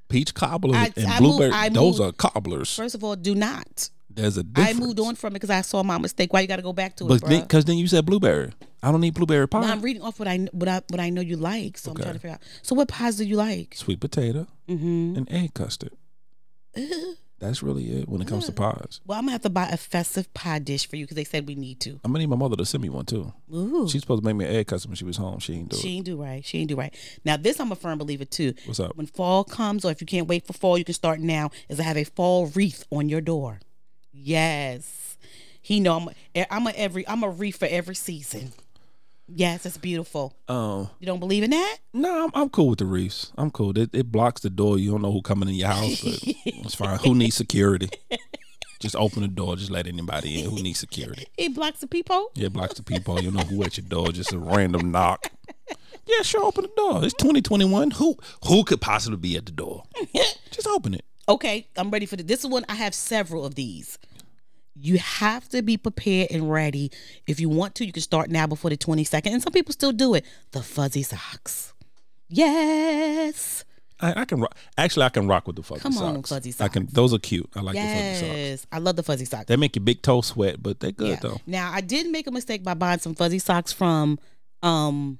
[SPEAKER 1] Peach cobbler
[SPEAKER 2] I-
[SPEAKER 1] and
[SPEAKER 2] I moved-
[SPEAKER 1] blueberry.
[SPEAKER 2] I
[SPEAKER 1] those
[SPEAKER 2] moved-
[SPEAKER 1] are cobblers.
[SPEAKER 2] First of all, do not.
[SPEAKER 1] There's a difference.
[SPEAKER 2] I moved on from it because I saw my mistake. Why you got to go back to it,
[SPEAKER 1] But
[SPEAKER 2] bro?
[SPEAKER 1] then, cause then you said blueberry. I don't need blueberry pie.
[SPEAKER 2] I'm reading off what I what I what I know you like, so I'm trying to figure out. So what pies do you like?
[SPEAKER 1] Sweet potato
[SPEAKER 2] Mm-hmm.
[SPEAKER 1] and egg custard. That's really it when it comes to pies.
[SPEAKER 2] Well, I'm gonna have to buy a festive pie dish for you because they said we need to.
[SPEAKER 1] I'm gonna need my mother to send me one too.
[SPEAKER 2] Ooh,
[SPEAKER 1] She's supposed to make me an egg custard when she was home. She ain't do
[SPEAKER 2] she
[SPEAKER 1] it.
[SPEAKER 2] ain't do right. She ain't do right. Now this, I'm a firm believer too.
[SPEAKER 1] What's up?
[SPEAKER 2] When fall comes, or if you can't wait for fall, you can start now. Is to have a fall wreath on your door. Yes, he know I'm a, e, I'm a every I'm a wreath for every season. Yes, it's beautiful.
[SPEAKER 1] Um,
[SPEAKER 2] You don't believe in that?
[SPEAKER 1] No, I'm, I'm cool with the reefs. I'm cool. It, it blocks the door. You don't know who coming in your house, but it's fine. Who needs security? Just open the door. Just let anybody in. Who needs security?
[SPEAKER 2] He blocks the people.
[SPEAKER 1] Yeah, it blocks the people. You don't know who at your door. Just a random knock. Yeah, sure. Open the door. It's 2021. Who who could possibly be at the door? Just open it.
[SPEAKER 2] Okay, I'm ready for this. This one, I have several of these. You have to be prepared and ready. If you want to, you can start now before the 22nd. And some people still do it. The fuzzy socks. Yes.
[SPEAKER 1] I, I can rock. Actually, I can rock with the fuzzy
[SPEAKER 2] Come
[SPEAKER 1] socks.
[SPEAKER 2] on, fuzzy
[SPEAKER 1] I can. Those are cute. I like the fuzzy socks.
[SPEAKER 2] Yes. I love the fuzzy socks.
[SPEAKER 1] They make your big toe sweat, but they're good
[SPEAKER 2] Yeah.
[SPEAKER 1] though.
[SPEAKER 2] Now, I did make a mistake by buying some fuzzy socks from um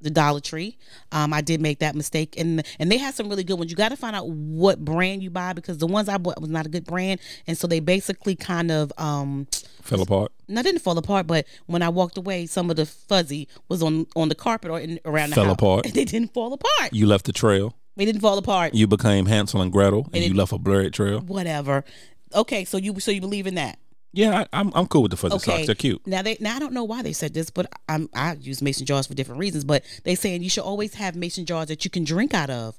[SPEAKER 2] the Dollar Tree. Um, I did make that mistake, and and they had some really good ones. You got to find out what brand you buy because the ones I bought was not a good brand, and so they basically kind of um
[SPEAKER 1] Fell apart.
[SPEAKER 2] not didn't fall apart, but when I walked away, some of the fuzzy was on on the carpet or in, around the
[SPEAKER 1] Fell
[SPEAKER 2] house.
[SPEAKER 1] apart.
[SPEAKER 2] They didn't fall apart.
[SPEAKER 1] You left the trail.
[SPEAKER 2] They didn't fall apart.
[SPEAKER 1] You became Hansel and Gretel, and,
[SPEAKER 2] it-
[SPEAKER 1] you left a blurred trail.
[SPEAKER 2] Whatever. Okay, so you so you believe in that?
[SPEAKER 1] Yeah, I, I'm I'm cool with the fuzzy
[SPEAKER 2] Okay,
[SPEAKER 1] socks. They're cute.
[SPEAKER 2] Now they now I don't know why they said this, but I'm I use mason jars for different reasons. But they saying you should always have mason jars that you can drink out of.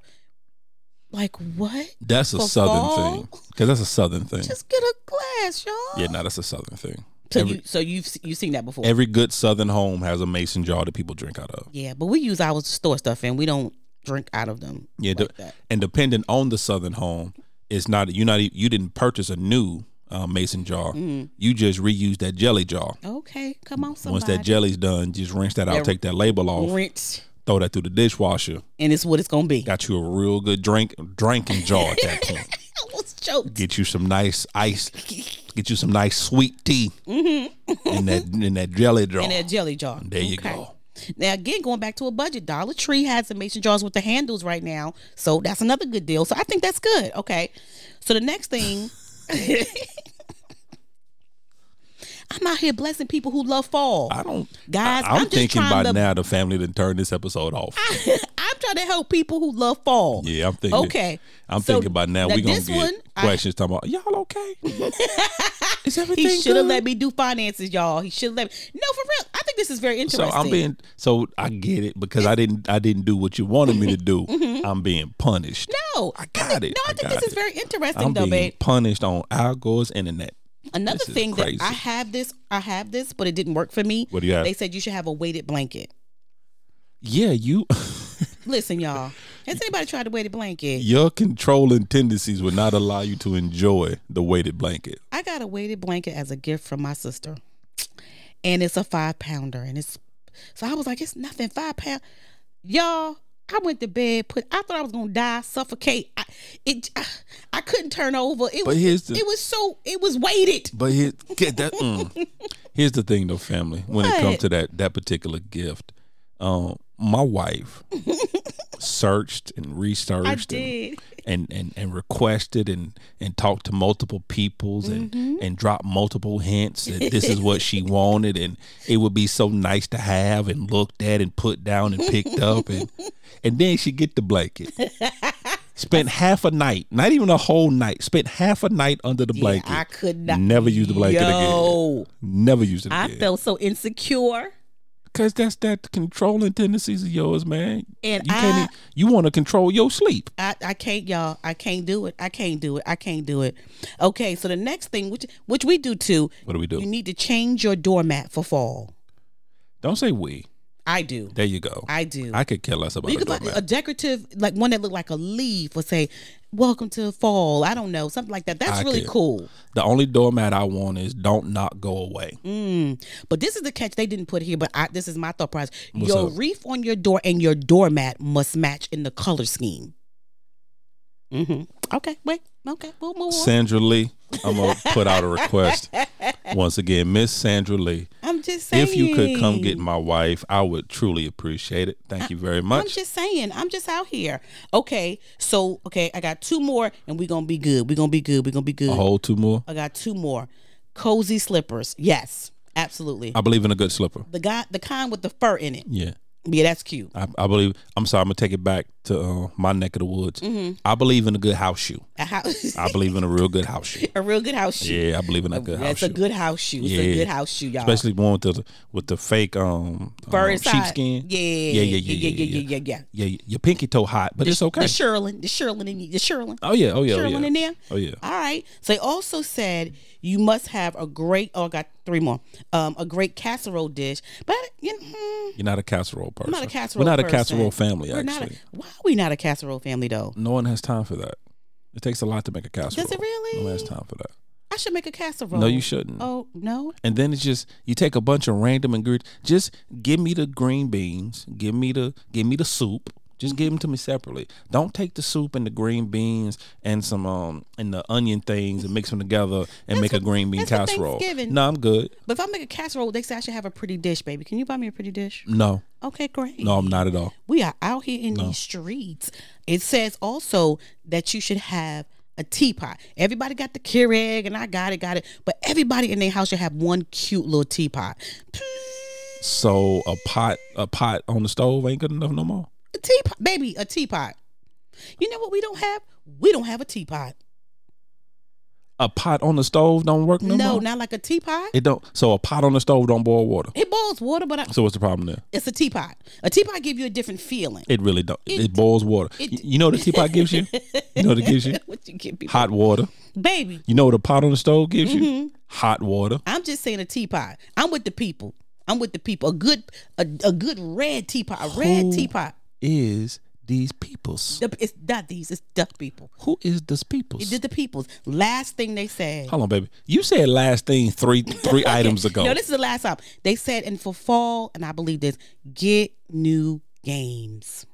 [SPEAKER 2] Like what?
[SPEAKER 1] That's a
[SPEAKER 2] For
[SPEAKER 1] southern
[SPEAKER 2] fall?
[SPEAKER 1] thing because that's a southern thing.
[SPEAKER 2] Just get a glass, y'all.
[SPEAKER 1] yeah, no, that's a southern thing.
[SPEAKER 2] So
[SPEAKER 1] every-
[SPEAKER 2] you so you've you've seen that before.
[SPEAKER 1] Every good southern home has a mason jar that people drink out of.
[SPEAKER 2] yeah, but we use our store stuff and we don't drink out of them.
[SPEAKER 1] Yeah,
[SPEAKER 2] like
[SPEAKER 1] de-
[SPEAKER 2] that.
[SPEAKER 1] and depending on the southern home, it's not you not e- you didn't purchase a new uh, mason jar.
[SPEAKER 2] Mm.
[SPEAKER 1] You just reused that jelly jar.
[SPEAKER 2] Okay, come on, somebody.
[SPEAKER 1] Once that jelly's done, just rinse that out,
[SPEAKER 2] Yeah.
[SPEAKER 1] take that label off,
[SPEAKER 2] rinse,
[SPEAKER 1] throw that through the dishwasher.
[SPEAKER 2] and it's what it's gonna be.
[SPEAKER 1] Got you a real good drink drinking jar at that point.
[SPEAKER 2] I almost choked.
[SPEAKER 1] get you some nice ice, get you some nice sweet tea
[SPEAKER 2] Mm-hmm.
[SPEAKER 1] in that in that jelly jar.
[SPEAKER 2] In a jelly jar.
[SPEAKER 1] there you go.
[SPEAKER 2] Now again, going back to a budget, Dollar Tree has some mason jars with the handles right now, so that's another good deal. So I think that's good. Okay, so the next thing, I'm out here blessing people who love fall,
[SPEAKER 1] I don't,
[SPEAKER 2] guys.
[SPEAKER 1] I, am
[SPEAKER 2] just
[SPEAKER 1] thinking
[SPEAKER 2] trying
[SPEAKER 1] by
[SPEAKER 2] to,
[SPEAKER 1] now the family to turn this episode off.
[SPEAKER 2] I'm trying try to help people who love fall.
[SPEAKER 1] Yeah, I'm thinking.
[SPEAKER 2] Okay.
[SPEAKER 1] I'm
[SPEAKER 2] So,
[SPEAKER 1] thinking about now.
[SPEAKER 2] now
[SPEAKER 1] We're gonna
[SPEAKER 2] this
[SPEAKER 1] get
[SPEAKER 2] one, I-
[SPEAKER 1] questions talking about y'all okay? Is everything?
[SPEAKER 2] He should have
[SPEAKER 1] good?"
[SPEAKER 2] let me do finances, y'all. He should have let me. No, for real. I think this is very
[SPEAKER 1] So
[SPEAKER 2] interesting.
[SPEAKER 1] I'm being so I get it because I didn't I didn't do what you wanted me to do. I'm being punished.
[SPEAKER 2] Mm-hmm. No,
[SPEAKER 1] I
[SPEAKER 2] think-
[SPEAKER 1] got it.
[SPEAKER 2] No, I,
[SPEAKER 1] I
[SPEAKER 2] think
[SPEAKER 1] got
[SPEAKER 2] this is
[SPEAKER 1] it.
[SPEAKER 2] very interesting,
[SPEAKER 1] I'm
[SPEAKER 2] though,
[SPEAKER 1] being
[SPEAKER 2] babe.
[SPEAKER 1] punished on Algore's internet.
[SPEAKER 2] Another
[SPEAKER 1] this is
[SPEAKER 2] thing
[SPEAKER 1] crazy.
[SPEAKER 2] that I have this, I have this, but it didn't work for me.
[SPEAKER 1] What do you have?
[SPEAKER 2] They said you should have a weighted blanket.
[SPEAKER 1] Yeah, you
[SPEAKER 2] Listen, y'all. Has anybody tried a weighted blanket?
[SPEAKER 1] your controlling tendencies would not allow you to enjoy the weighted blanket.
[SPEAKER 2] I got a weighted blanket as a gift from my sister, and it's a five pounder, and it's so I was like, it's nothing five pound, y'all. I went to bed, put. I thought I was gonna die, suffocate. I, it, I, couldn't turn over. It
[SPEAKER 1] But
[SPEAKER 2] was,
[SPEAKER 1] here's the-
[SPEAKER 2] it was so, it was weighted.
[SPEAKER 1] But here, get that. mm. Here's the thing, though, family. When it comes
[SPEAKER 2] What?
[SPEAKER 1] to that that particular gift, um, my wife searched and researched.
[SPEAKER 2] I
[SPEAKER 1] and-
[SPEAKER 2] did.
[SPEAKER 1] and and and requested and and talked to multiple peoples and and dropped multiple hints that this is what she wanted and it would be so nice to have and looked at and put down and picked up and and then she get the blanket spent half a night not even a whole night spent half a night under the blanket
[SPEAKER 2] I could not.
[SPEAKER 1] never use the blanket again
[SPEAKER 2] Yo,
[SPEAKER 1] never use it
[SPEAKER 2] I
[SPEAKER 1] again
[SPEAKER 2] felt so insecure.
[SPEAKER 1] because that's that controlling tendencies of yours man
[SPEAKER 2] And
[SPEAKER 1] you can't
[SPEAKER 2] I-
[SPEAKER 1] e- you want to control your sleep
[SPEAKER 2] I, I can't y'all I can't do it I can't do it I can't do it okay so the next thing which which we do too
[SPEAKER 1] what do we do
[SPEAKER 2] you need to change your doormat for fall
[SPEAKER 1] don't say we
[SPEAKER 2] I do
[SPEAKER 1] there you go
[SPEAKER 2] I do
[SPEAKER 1] I could care less about
[SPEAKER 2] you
[SPEAKER 1] a
[SPEAKER 2] could uh, buy
[SPEAKER 1] doormat.
[SPEAKER 2] a decorative like one that looked like a leaf or say welcome to fall I don't know something like that that's
[SPEAKER 1] I
[SPEAKER 2] really
[SPEAKER 1] could.
[SPEAKER 2] cool
[SPEAKER 1] the only doormat I want is don't not go away.
[SPEAKER 2] Mm. but this is the catch they didn't put here but I, this is my thought process
[SPEAKER 1] What's
[SPEAKER 2] your
[SPEAKER 1] up?
[SPEAKER 2] reef on your door and your doormat must match in the color scheme hmm okay wait okay we'll move on
[SPEAKER 1] Sandra Lee, I'm gonna put out a request once again, Miss Sandra Lee.
[SPEAKER 2] I'm just saying
[SPEAKER 1] If you could come get my wife, I would truly appreciate it. Thank you very
[SPEAKER 2] I'm
[SPEAKER 1] much.
[SPEAKER 2] just saying. I'm just out here. Okay. So, okay, I got two more and we're going to be good. We're going to be good. We're going to be good.
[SPEAKER 1] A whole two more.
[SPEAKER 2] I got two more. Cozy slippers. Yes. Absolutely.
[SPEAKER 1] I believe in a good slipper.
[SPEAKER 2] the guy the kind with the fur in it.
[SPEAKER 1] Yeah,
[SPEAKER 2] Yeah, that's cute.
[SPEAKER 1] I, I believe. I'm sorry, I'm gonna take it back to uh, my neck of the woods.
[SPEAKER 2] Mm-hmm.
[SPEAKER 1] I believe in a good house shoe.
[SPEAKER 2] A house
[SPEAKER 1] I believe in a real good house shoe.
[SPEAKER 2] a real good house shoe.
[SPEAKER 1] Uh, Yeah, I believe in a good house
[SPEAKER 2] that's
[SPEAKER 1] shoe.
[SPEAKER 2] a good house shoe. It's
[SPEAKER 1] Yeah.
[SPEAKER 2] a good house shoe, y'all.
[SPEAKER 1] Especially one with the with the fake um,
[SPEAKER 2] fur
[SPEAKER 1] um
[SPEAKER 2] inside.
[SPEAKER 1] sheepskin. yeah,
[SPEAKER 2] Yeah.
[SPEAKER 1] yeah, yeah,
[SPEAKER 2] yeah, yeah, yeah, yeah.
[SPEAKER 1] yeah, y- your pinky toe hot, but it's okay.
[SPEAKER 2] The Sherlin, the Sherlin in the Sherlin.
[SPEAKER 1] oh yeah, oh yeah, oh
[SPEAKER 2] Sherlin
[SPEAKER 1] yeah.
[SPEAKER 2] in there.
[SPEAKER 1] Oh yeah.
[SPEAKER 2] All right. So they also said you must have a great. Oh, I got three more. Um, a great casserole dish, but you know, hmm,
[SPEAKER 1] You're not a casserole person.
[SPEAKER 2] not a casserole
[SPEAKER 1] We're not a
[SPEAKER 2] person.
[SPEAKER 1] casserole family.
[SPEAKER 2] we're not. A,
[SPEAKER 1] actually,
[SPEAKER 2] why are we not a casserole family though?
[SPEAKER 1] no one has time for that. It takes a lot to make a casserole.
[SPEAKER 2] really?
[SPEAKER 1] No one has time for that.
[SPEAKER 2] I should make a casserole.
[SPEAKER 1] No, you shouldn't.
[SPEAKER 2] Oh no.
[SPEAKER 1] And then it's just you take a bunch of random ingredients. Just give me the green beans. Give me the give me the soup. Just give them to me separately. Don't take the soup and the green beans and some um and the onion things and mix them together and make a
[SPEAKER 2] what-
[SPEAKER 1] green bean
[SPEAKER 2] that's what
[SPEAKER 1] casserole.
[SPEAKER 2] Thanksgiving-
[SPEAKER 1] No, I'm good.
[SPEAKER 2] But if I make a casserole, they say I should have a pretty dish, baby. Can you buy me a pretty dish?
[SPEAKER 1] No,
[SPEAKER 2] Okay, great.
[SPEAKER 1] no, I'm not at all.
[SPEAKER 2] We are out here in these streets. It says also that you should have a teapot. Everybody got the Keurig, and I got it, got it. But everybody in their house should have one cute little teapot.
[SPEAKER 1] So a pot a pot on the stove ain't good enough no more.
[SPEAKER 2] A teapot, baby, a teapot. You know what we don't have? We don't have a teapot.
[SPEAKER 1] A pot on the stove don't work no,
[SPEAKER 2] No,
[SPEAKER 1] more.
[SPEAKER 2] not like a teapot.
[SPEAKER 1] It don't. So a pot on the stove don't boil water.
[SPEAKER 2] It boils water, but I,
[SPEAKER 1] So what's the problem there?
[SPEAKER 2] it's a teapot. A teapot give you a different feeling.
[SPEAKER 1] It really don't. It, boils water. Y- you know what the teapot gives you? You know what it gives you?
[SPEAKER 2] What you give me,
[SPEAKER 1] Hot water.
[SPEAKER 2] baby?
[SPEAKER 1] You know what a pot on the stove gives
[SPEAKER 2] Mm-hmm.
[SPEAKER 1] you? Hot water.
[SPEAKER 2] I'm just saying a teapot. I'm with the people. I'm with the people. A good, a, a good red teapot. A red
[SPEAKER 1] Who-
[SPEAKER 2] teapot.
[SPEAKER 1] Is these peoples?
[SPEAKER 2] The- it's not these. It's the people.
[SPEAKER 1] Who is this peoples?
[SPEAKER 2] It's just the people's. Last thing they said.
[SPEAKER 1] Hold on, baby. You said last thing three three items ago.
[SPEAKER 2] No, this is the last time they said. And for fall, and I believe this, get new games.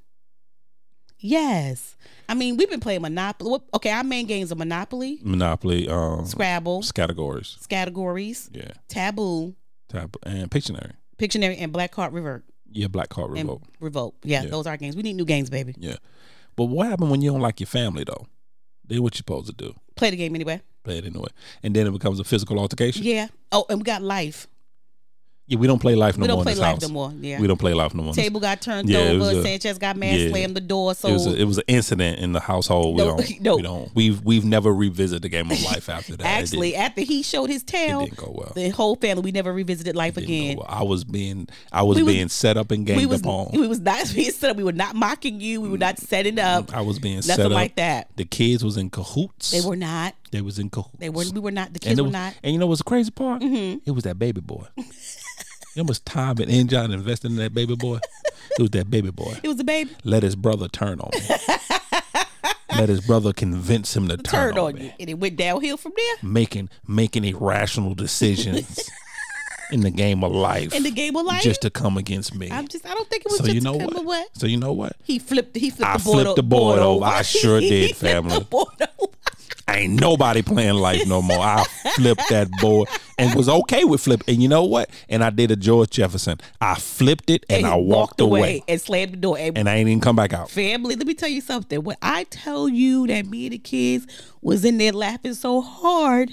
[SPEAKER 2] Yes, I mean we've been playing Monopoly. What- Okay, our main games are Monopoly,
[SPEAKER 1] Monopoly. Um,
[SPEAKER 2] Scrabble,
[SPEAKER 1] categories.
[SPEAKER 2] categories,
[SPEAKER 1] Yeah.
[SPEAKER 2] Taboo,
[SPEAKER 1] Type and Pictionary.
[SPEAKER 2] Pictionary, and Black Card Revert
[SPEAKER 1] Yeah. Black Card
[SPEAKER 2] and
[SPEAKER 1] Revolt.
[SPEAKER 2] Revolt. Yeah,
[SPEAKER 1] Yeah.
[SPEAKER 2] those are our games. We need new games, baby.
[SPEAKER 1] Yeah. But what happened when you don't like your family though? Then what you supposed to do?
[SPEAKER 2] Play the game anyway.
[SPEAKER 1] Play it anyway. And then it becomes a physical altercation.
[SPEAKER 2] Yeah. Oh, and we got life.
[SPEAKER 1] Yeah, we don't play life no more
[SPEAKER 2] we don't
[SPEAKER 1] in
[SPEAKER 2] play
[SPEAKER 1] this
[SPEAKER 2] life
[SPEAKER 1] house.
[SPEAKER 2] no more. Yeah.
[SPEAKER 1] We don't play life no more. in this-
[SPEAKER 2] Table got turned
[SPEAKER 1] Yeah, it was
[SPEAKER 2] over.
[SPEAKER 1] a-
[SPEAKER 2] Sanchez got mad,
[SPEAKER 1] yeah.
[SPEAKER 2] slammed the door. So
[SPEAKER 1] It was, a, it was an incident in the household. We
[SPEAKER 2] No,
[SPEAKER 1] don't.
[SPEAKER 2] no.
[SPEAKER 1] We don't. We've we've never revisited the game of life after that. It
[SPEAKER 2] actually, after he showed his
[SPEAKER 1] didn't, it
[SPEAKER 2] tail,
[SPEAKER 1] didn't go well.
[SPEAKER 2] the whole family we never revisited life
[SPEAKER 1] Didn't go
[SPEAKER 2] again.
[SPEAKER 1] well. I was being I was
[SPEAKER 2] We was-
[SPEAKER 1] being set up and gamed
[SPEAKER 2] We was
[SPEAKER 1] upon.
[SPEAKER 2] we was not being set up. We were not mocking you. We were not setting up.
[SPEAKER 1] Mm, I was being set
[SPEAKER 2] Nothing
[SPEAKER 1] up.
[SPEAKER 2] like that.
[SPEAKER 1] the kids was in cahoots.
[SPEAKER 2] They were not.
[SPEAKER 1] They was in cahoots.
[SPEAKER 2] They were. We were not. The
[SPEAKER 1] And,
[SPEAKER 2] kids
[SPEAKER 1] it
[SPEAKER 2] were
[SPEAKER 1] was-
[SPEAKER 2] not. Mm-hmm.
[SPEAKER 1] and you know what's the crazy part? It was that baby boy. you know how much time and energy I invested in that baby boy? It was that baby boy.
[SPEAKER 2] It was a baby.
[SPEAKER 1] Let his brother turn on me. Let his brother convince him to turn,
[SPEAKER 2] Turned
[SPEAKER 1] on,
[SPEAKER 2] on
[SPEAKER 1] me.
[SPEAKER 2] you, and it went downhill from there.
[SPEAKER 1] Making making irrational decisions in the game of life.
[SPEAKER 2] In the game of life,
[SPEAKER 1] just to come against me.
[SPEAKER 2] I'm just. I don't think it was
[SPEAKER 1] so
[SPEAKER 2] just
[SPEAKER 1] you know
[SPEAKER 2] a couple
[SPEAKER 1] what?
[SPEAKER 2] of what.
[SPEAKER 1] So you know what?
[SPEAKER 2] He flipped. He flipped.
[SPEAKER 1] I
[SPEAKER 2] the board
[SPEAKER 1] flipped
[SPEAKER 2] o-
[SPEAKER 1] the board
[SPEAKER 2] board
[SPEAKER 1] over. I sure
[SPEAKER 2] He
[SPEAKER 1] did,
[SPEAKER 2] flipped
[SPEAKER 1] family.
[SPEAKER 2] The board over.
[SPEAKER 1] Ain't nobody playing life no more. I flipped that board and was okay with flip. And you know what? And I did a George Jefferson. I flipped it and, I
[SPEAKER 2] he
[SPEAKER 1] walked, away.
[SPEAKER 2] and slammed the door. And,
[SPEAKER 1] and I ain't even come back out.
[SPEAKER 2] family, let me tell you something. When I tell you that me and the kids was in there laughing so hard.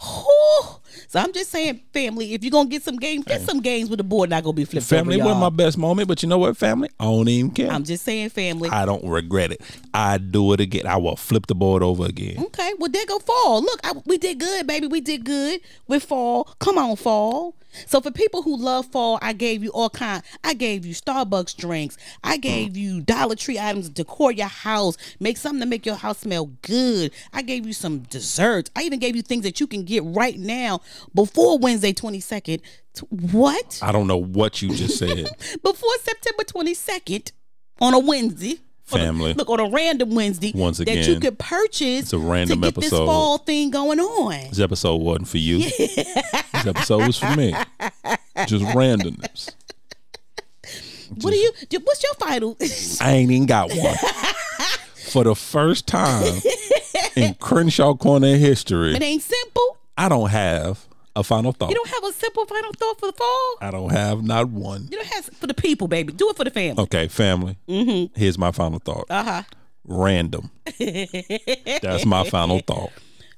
[SPEAKER 2] whew. So I'm just saying, family, if you're gonna get some games, get some games with the board not gonna be flipped.
[SPEAKER 1] Family,
[SPEAKER 2] over,
[SPEAKER 1] one of my
[SPEAKER 2] y'all.
[SPEAKER 1] best moments, but you know what, family? I don't even care.
[SPEAKER 2] I'm just saying, family.
[SPEAKER 1] I don't regret it. I do it again. I will flip the board over again.
[SPEAKER 2] Okay, well there go fall. Look, I, we did good, baby. We did good with fall. Come on, fall. So for people who love fall, I gave you all kind. I gave you Starbucks drinks. I gave you Dollar Tree items to decor your house. Make something to make your house smell good. I gave you some desserts. I even gave you things that you can get right now before Wednesday twenty second. What?
[SPEAKER 1] I don't know what you just said.
[SPEAKER 2] Before September twenty second on a Wednesday. on a-
[SPEAKER 1] Family.
[SPEAKER 2] look on a random Wednesday
[SPEAKER 1] Once
[SPEAKER 2] that you
[SPEAKER 1] again,
[SPEAKER 2] could purchase
[SPEAKER 1] a random
[SPEAKER 2] to get
[SPEAKER 1] episode.
[SPEAKER 2] this fall thing going on.
[SPEAKER 1] this episode wasn't for you. this episode was for me. Just randomness.
[SPEAKER 2] What do you? do- What's your final?
[SPEAKER 1] I ain't even got one. For the first time in Crenshaw Corner history,
[SPEAKER 2] it ain't simple.
[SPEAKER 1] I don't have a final thought.
[SPEAKER 2] You don't have a simple final thought for the fall.
[SPEAKER 1] I don't have not one.
[SPEAKER 2] You don't have for the people, baby. Do it for the family.
[SPEAKER 1] Okay, family.
[SPEAKER 2] Mm-hmm.
[SPEAKER 1] Here's my final thought.
[SPEAKER 2] Uh huh.
[SPEAKER 1] Random. That's my final thought.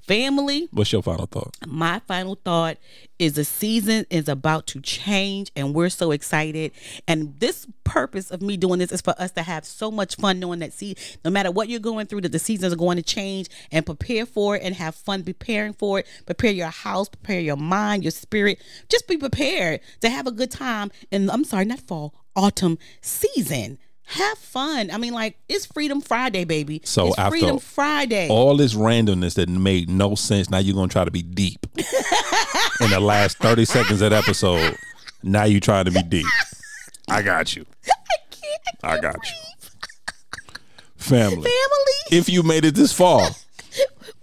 [SPEAKER 2] Family.
[SPEAKER 1] What's your final thought?
[SPEAKER 2] My final thought is the season is about to change, and we're so excited. And this purpose of me doing this is for us to have so much fun, knowing that see, no matter what you're going through, that the seasons are going to change, and prepare for it, and have fun preparing for it. Prepare your house, prepare your mind, your spirit. Just be prepared to have a good time. And I'm sorry, not fall, autumn season. Have fun. I mean, like it's Freedom Friday, baby.
[SPEAKER 1] So
[SPEAKER 2] it's
[SPEAKER 1] after
[SPEAKER 2] Freedom Friday.
[SPEAKER 1] All this randomness that made no sense. Now you're gonna try to be deep in the last 30 seconds of the episode. Now you trying to be deep. I got you. I got you. Family.
[SPEAKER 2] Family.
[SPEAKER 1] If you made it this far,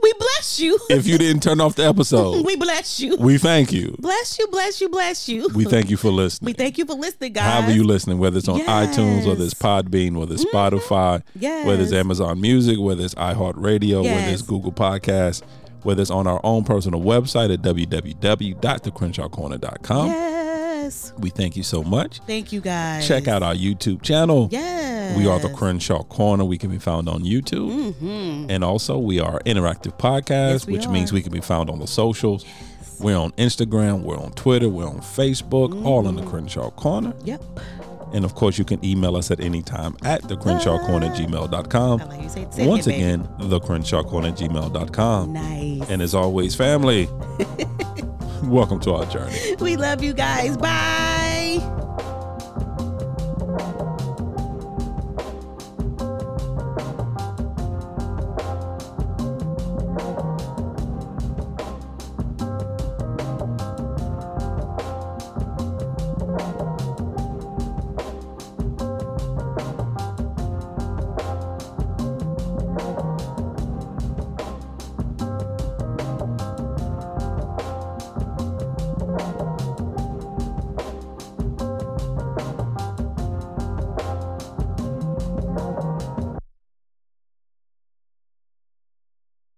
[SPEAKER 2] We bless you.
[SPEAKER 1] if you didn't turn off the episode,
[SPEAKER 2] We bless you.
[SPEAKER 1] we thank you.
[SPEAKER 2] Bless you, bless you, bless you.
[SPEAKER 1] We thank you for
[SPEAKER 2] We
[SPEAKER 1] listening.
[SPEAKER 2] thank you for listening, guys.
[SPEAKER 1] However you listening, whether it's on iTunes, whether
[SPEAKER 2] Yes. Mm-hmm.
[SPEAKER 1] it's Podbean, whether it's Spotify, whether it's
[SPEAKER 2] Yes.
[SPEAKER 1] Amazon Music, whether it's iHeartRadio, whether
[SPEAKER 2] Yes.
[SPEAKER 1] it's Google Podcasts, whether it's on our own personal website at www.thecrenshawcorner.com.
[SPEAKER 2] yes.
[SPEAKER 1] We thank you so much.
[SPEAKER 2] Thank you, guys.
[SPEAKER 1] Check out our YouTube channel.
[SPEAKER 2] Yes. Mm-hmm.
[SPEAKER 1] We are the Crenshaw Corner. We can be found on YouTube. And also, we are Interactive Podcast,
[SPEAKER 2] we
[SPEAKER 1] which means
[SPEAKER 2] are.
[SPEAKER 1] we can be found on the socials. We're on Instagram, we're on Twitter, we're on Facebook, all
[SPEAKER 2] Mm-hmm.
[SPEAKER 1] in the Crenshaw Corner.
[SPEAKER 2] Yep.
[SPEAKER 1] And of course, you can email us at any time at the Crenshaw Corner gmail.com.
[SPEAKER 2] Ah. I like you said, said
[SPEAKER 1] Once
[SPEAKER 2] it, baby.
[SPEAKER 1] again, the Crenshaw Corner gmail.com.
[SPEAKER 2] Nice.
[SPEAKER 1] And as always, family, welcome to our journey.
[SPEAKER 2] We love you guys. Bye.